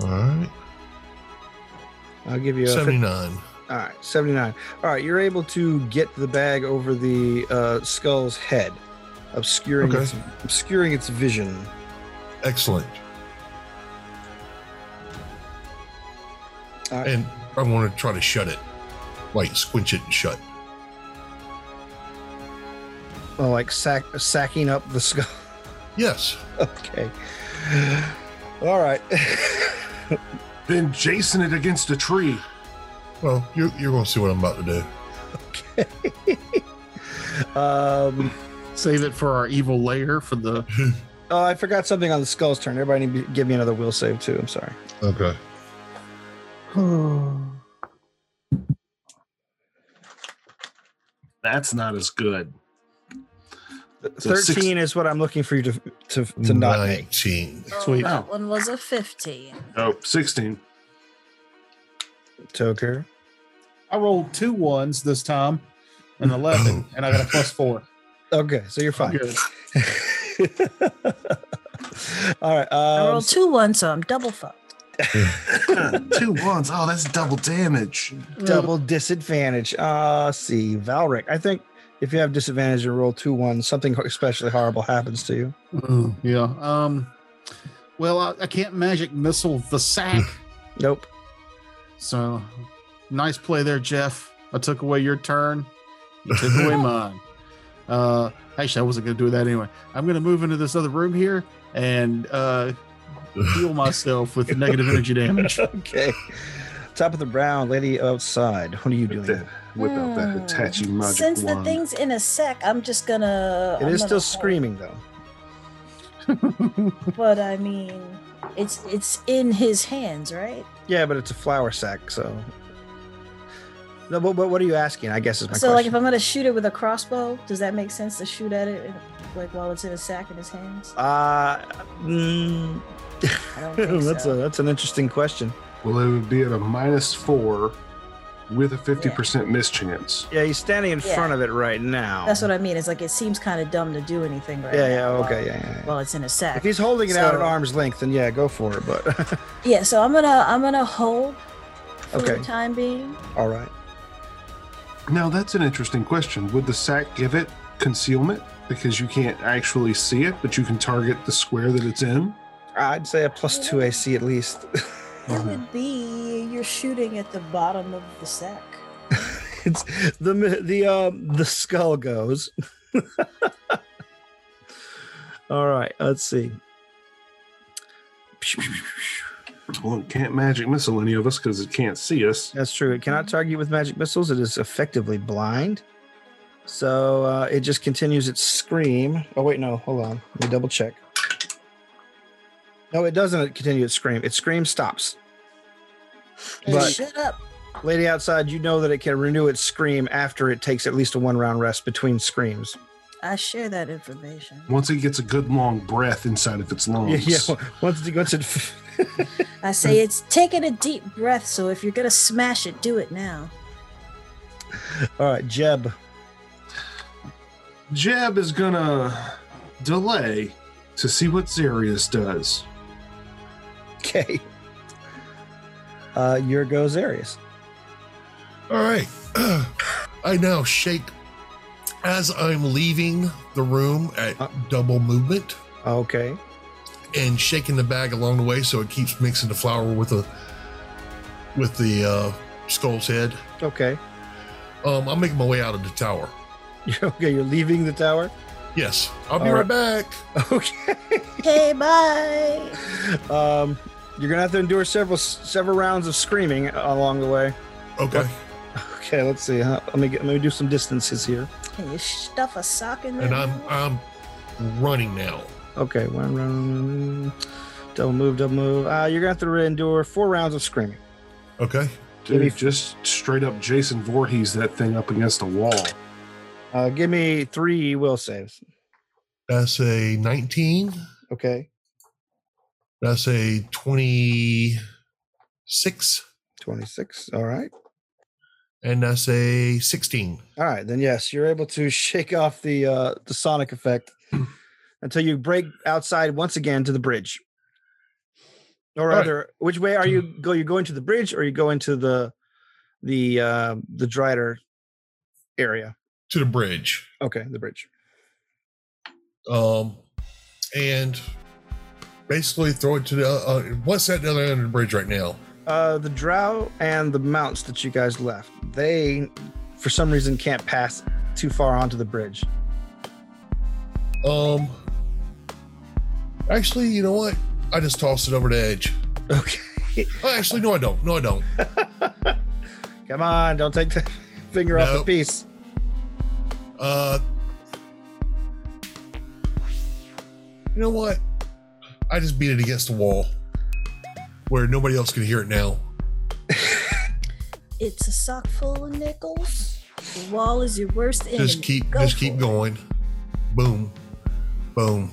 S3: All right.
S2: I'll give you a
S3: 79.
S2: All right, 79. All right, you're able to get the bag over the uh, skull's head, obscuring
S3: Okay.
S2: its, obscuring its vision.
S3: Excellent.
S2: All right.
S3: And I want to try to shut it, like squinch it and shut.
S2: Well, like sack, sacking up the skull.
S3: Yes.
S2: Okay. All right.
S4: Then Jason it against a tree.
S3: Well, you're, you're going to see what I'm about to do.
S2: um,
S1: Save it for our evil layer for the
S2: oh, I forgot something on the skull's turn. Everybody need to give me another will save, too. I'm sorry.
S3: Okay.
S4: That's not as good. So
S2: 13 is what I'm looking for you to, to, to not make.
S3: 19.
S6: Sweet.
S5: Oh, that one was a 15.
S4: Oh, 16.
S2: Toker.
S6: I rolled two ones this time, an eleven, and I got a plus four.
S2: Okay, so you're fine.
S6: Good.
S2: All right.
S5: I
S2: Um,
S5: rolled two ones, so I'm double fucked.
S4: Two ones. Oh, that's double damage.
S2: double disadvantage. Uh see, Valric. I think if you have disadvantage and roll two ones, something especially horrible happens to you.
S1: Mm, yeah. Um. Well, I, I can't magic missile the sack.
S2: Nope.
S1: so, nice play there, Jeff. I took away your turn. You took away mine. Uh, actually, I wasn't going to do that anyway. I'm going to move into this other room here and uh, heal myself with negative energy damage.
S2: Okay. Top of the round, lady outside. What are you
S4: Whip
S2: doing?
S4: that, whip out that
S5: Hmm.
S4: Hitachi magic
S5: Since the
S4: wand.
S5: thing's in a sec, I'm just gonna.
S2: It
S5: I'm
S2: is
S5: gonna
S2: still
S5: hold.
S2: screaming though.
S5: But I mean, it's it's in his hands, right?
S2: Yeah, but it's a flour sack, so. No, but, but what are you asking? I guess is my
S5: so, like,
S2: question.
S5: if I'm gonna shoot it with a crossbow, does that make sense to shoot at it, like while it's in a sack in his hands?
S2: uh, mm,
S5: I don't think
S2: that's
S5: so.
S2: a that's an interesting question.
S4: Well, it would be at a minus four with a 50% miss chance.
S2: Yeah, he's standing in
S5: Yeah.
S2: front of it right now.
S5: That's what I mean. It's like it seems kind of dumb to do anything right
S2: Yeah,
S5: now
S2: yeah,
S5: while-
S2: okay, yeah, yeah. yeah.
S5: While it's in a sack.
S2: If he's holding it out at
S5: So-
S2: arm's length, then yeah, go for it. But
S5: Yeah, so I'm gonna I'm gonna hold for
S2: Okay.
S5: the time being.
S2: all right,
S4: Now, that's an interesting question. Would the sack give it concealment? Because you can't actually see it, but you can target the square that it's in.
S2: I'd say a plus two AC at least.
S5: That
S3: Mm-hmm.
S5: would be you're shooting at the bottom of the sack.
S2: it's the mi- the um the skull goes. all right, let's see.
S4: Well, it can't magic missile any of us because it can't see us.
S2: That's true. It cannot target with magic missiles. It is effectively blind. So uh, it just continues its scream. Oh, wait, no. Hold on. Let me double check. No, it doesn't continue its scream. Its scream stops.
S5: Hey,
S2: But-
S5: shut up.
S2: Lady outside, you know that it can renew its scream after it takes at least a one round rest between screams.
S5: I share that information.
S4: Once it gets a good long breath inside of its
S2: Yeah,
S4: lungs.
S2: yeah. Once it, once it
S5: I say it's taking a deep breath, so if you're gonna smash it, do it now.
S2: all right, Jeb.
S4: Jeb is gonna delay to see what Zarius does.
S2: Okay. Uh, your goes Arius.
S3: All right. I now shake as I'm leaving the room at
S2: Uh.
S3: double movement
S2: Okay.
S3: and shaking the bag along the way so it keeps mixing the flour with the with the uh, skull's head.
S2: Okay.
S3: Um, I'm making my way out of the tower.
S2: Okay. You're leaving the tower.
S3: Yes, I'll be
S2: All
S3: right.
S2: right.
S3: back.
S2: Okay.
S5: Hey, bye.
S2: Um, you're gonna have to endure several several rounds of screaming along the way.
S3: Okay,
S2: Okay, let's see. Huh? Let me get, let me do some distances here.
S5: Can you stuff a sock in there?
S3: and I'm
S5: now?
S3: I'm running now.
S2: Okay, one round, double move, double move. Uh, you're gonna have to endure four rounds of screaming.
S3: Okay,
S4: Dude,
S2: Maybe-
S4: just straight up Jason Voorhees that thing up against a wall.
S2: Uh, give me three will saves.
S3: that's a 19.
S2: Okay,
S3: That's a 26,
S2: twenty six. All right,
S3: and that's a 16.
S2: all right. Then yes, you're able to shake off the uh, the sonic effect until you break outside once again to the bridge. Or
S3: All right.
S2: other, which way are you go? You going to the bridge, or you going to the the uh, the Drider area?
S3: to the bridge.
S2: Okay, the bridge.
S3: Um, and basically throw it to the uh, what's at the other end of the bridge right now?
S2: Uh, the Drow and the mounts that you guys left, they, for some reason, can't pass too far onto the bridge.
S3: Um, actually, you know what? I just tossed it over the edge.
S2: Okay,
S3: Oh, actually, no, I don't. No, I don't.
S2: come on, don't take the finger off the
S3: Nope.
S2: piece.
S3: Uh, you know what? I just beat it against the wall where nobody else can hear it now.
S5: It's a sock full of nickels. The wall is your worst enemy.
S3: Just keep,
S5: Go
S3: just
S5: for
S3: keep
S5: it.
S3: going. Boom, boom.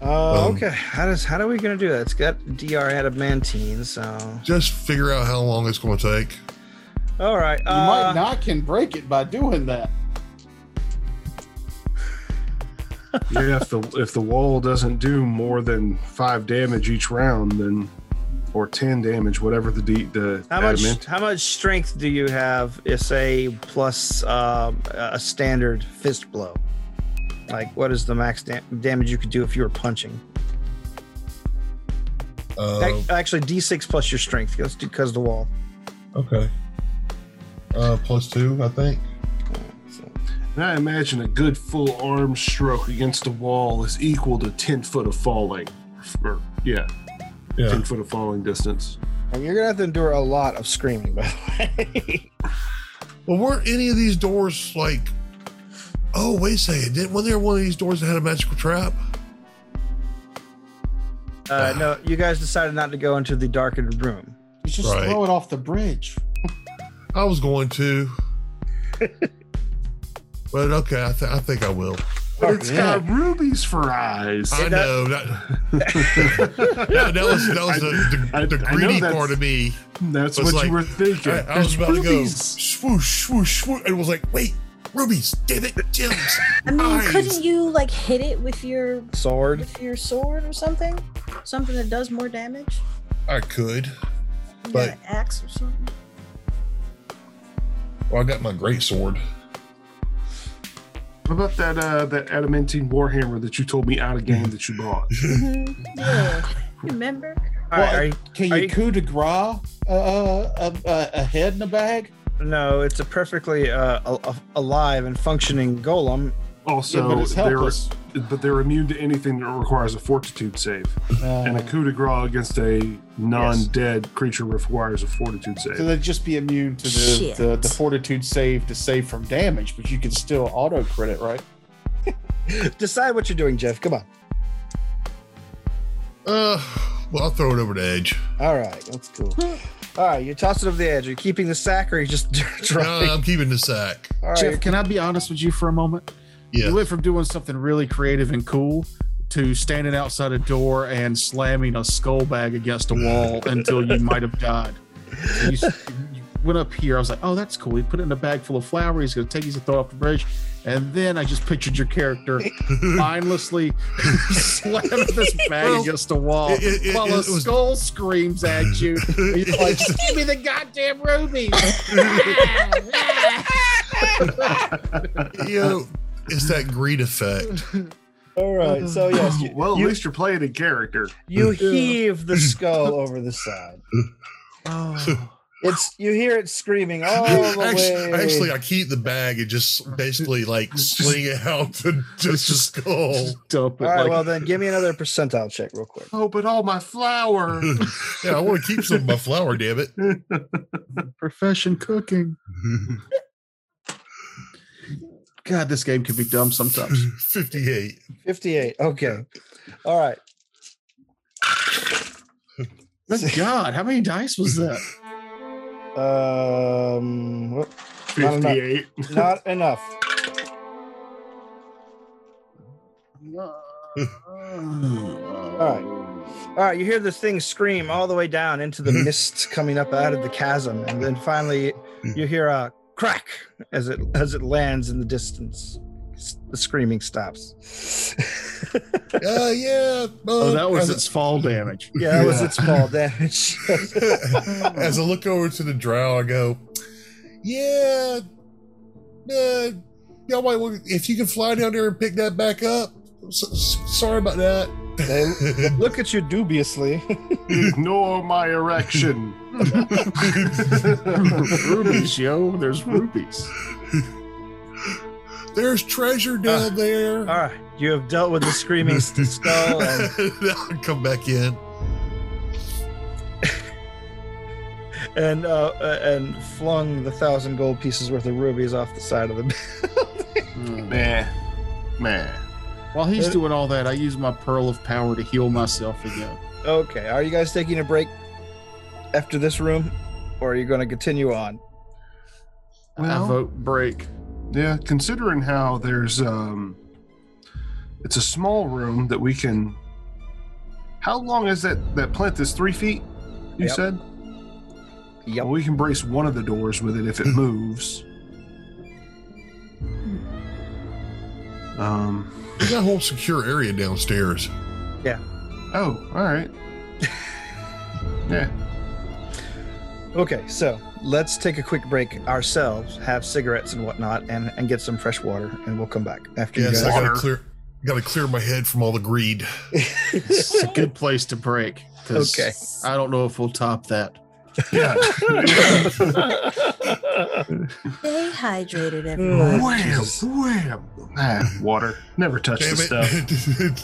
S2: Uh,
S3: Um,
S2: okay, how does how are we gonna do that? It's got DR adamantine, so
S3: Just figure out how long it's going to take.
S2: all right.
S6: You might
S2: Uh,
S6: not can break it by doing that.
S4: yeah, if the if the wall doesn't do more than five damage each round, then or ten damage, whatever the D, the
S2: How much?
S4: adamant-
S2: How much strength do you have? Is a plus um, a standard fist blow. Like, what is the max dam- damage you could do if you were punching?
S3: Uh,
S2: Ac Actually, D6 plus your strength because because the wall.
S3: Okay. Uh, plus two, I think.
S4: And I imagine a good full arm stroke against the wall is equal to ten foot of falling. Or, yeah,
S3: Yeah.
S4: 10 foot of falling distance.
S2: And you're gonna have to endure a lot of screaming, by the way.
S3: Well, weren't any of these doors like? Oh, wait a second! Didn't wasn't there one of these doors that had a magical trap?
S2: uh, no, you guys decided not to go into the darkened room.
S6: You just
S3: Right.
S6: throw it off the bridge.
S3: I was going to, but okay, I, th- I think I will.
S4: But it's got rubies for eyes.
S3: I know that. no, that was that was the,
S4: I- I-
S3: the, the
S4: I know
S3: greedy
S4: that's-
S3: part of me.
S4: That's
S3: was
S4: what
S3: like-
S4: you were thinking.
S3: I, I was
S4: There's
S3: about to go
S4: rubies.
S3: swoosh, swoosh, swoosh, and was like, wait, rubies, damn it, gems.
S5: I mean,
S3: eyes.
S5: couldn't you like hit it with your
S2: Sword.
S5: with your sword or something? Something that does more damage?
S3: I could.
S5: You
S3: But-
S5: got an axe or something?
S3: Well, I got my great sword.
S4: What about that uh, that adamantine warhammer that you told me out of
S3: Mm.
S4: game that you bought?
S5: Mhm, yeah. Remember?
S2: All right, are you-
S6: Can you,
S2: Are you-
S6: coup de grace uh, a, a, a head in a bag?
S2: no, it's a perfectly uh, al- al- alive and functioning golem.
S4: Also,
S6: yeah, but it's
S4: they're
S6: helpless.
S4: but they're immune to anything that requires a fortitude save, and a
S6: Uh,
S4: coup de grace against a non-dead creature requires a fortitude
S6: so
S4: save.
S6: they'd just be immune to the,
S5: Shit.
S6: the, the fortitude save to save from damage, but you can still auto credit, right?
S2: Decide what you're doing, Jeff. Come on.
S3: Uh, well, I'll throw it over the edge.
S2: All right, that's cool. All right, you toss it over the edge. Are you keeping the sack or are you just
S3: No,
S2: dropping?
S3: I'm keeping the sack.
S2: All right,
S1: Jeff, can I be honest with you for a moment? You
S3: Yeah.
S1: went from doing something really creative and cool to standing outside a door and slamming a skull bag against a wall until you might have died. So you, s- you went up here. I was like, oh, that's cool. He put it in a bag full of flour. He's going to take these and throw it off the bridge. And then I just pictured your character mindlessly slamming this bag
S3: Well,
S1: against a wall
S3: it- it- it-
S1: while a
S3: it was-
S1: skull screams at you. And You're like, give me the goddamn ruby.
S3: you know, it's that greed effect.
S2: all right. So yes, you,
S4: well, at
S2: you,
S4: least you're playing a character.
S2: you heave the skull over the side. It's you hear it screaming all the way.
S3: actually, actually, I keep the bag and just basically like sling it out to just the skull.
S1: Dump it
S2: all right,
S1: like
S2: well then, give me another percentile check real quick.
S4: Oh, but all my flour.
S3: yeah, I want to keep some of my flour, damn it.
S1: profession cooking. God, this game can be dumb sometimes.
S3: 58.
S2: 58. Okay. All right.
S1: Good God, how many dice was that?
S2: Um, whoop, Not enough.
S4: Fifty-eight.
S2: not enough. All right. You hear this thing scream all the way down into the mist coming up out of the chasm, and then finally you hear a crack as it as it lands in the distance. S- The screaming stops.
S3: Uh, yeah.
S1: Oh,
S3: uh,
S1: that was
S3: as,
S1: its fall damage.
S2: yeah, that was
S4: Yeah.
S2: its fall damage.
S3: as I look over to the drow, I go, yeah. Uh, y'all might want, if you can fly down there and pick that back up. s s- sorry about that.
S2: They- Look at you dubiously.
S4: Ignore my erection.
S1: rubies, yo, there's rubies.
S3: There's treasure down there.
S2: Ah. All right, you have dealt with the screaming st- skull, and
S3: I'll come back in.
S2: and uh, uh, and flung the thousand gold pieces worth of rubies off the side of the.
S1: Mm.
S4: Meh. Meh.
S1: While he's doing all that, I use my pearl of power to heal myself again.
S2: okay, are you guys taking a break after this room, or are you going to continue on?
S1: I
S4: Well-
S1: vote break.
S4: Yeah, considering how there's um it's a small room that we can how long is that that plant is three feet, you
S2: Yep.
S4: said?
S2: Yep.
S4: Well, we can brace one of the doors with it if it moves. Um
S3: There's that whole secure area downstairs.
S4: oh, alright. yeah.
S2: Okay, so let's take a quick break ourselves, have cigarettes and whatnot, and and get some fresh water, and we'll come back after you
S3: Yes, I
S2: guys.
S3: gotta
S4: Water.
S3: clear, gotta clear my head from all the greed.
S1: It's a good place to break. 'cause
S2: Okay.
S1: I don't know if we'll top that.
S4: Yeah.
S5: Stay hydrated, everyone.
S4: wham,
S2: Jesus.
S4: wham. Ah, water. Never touch
S3: Damn
S4: this stuff.
S3: it!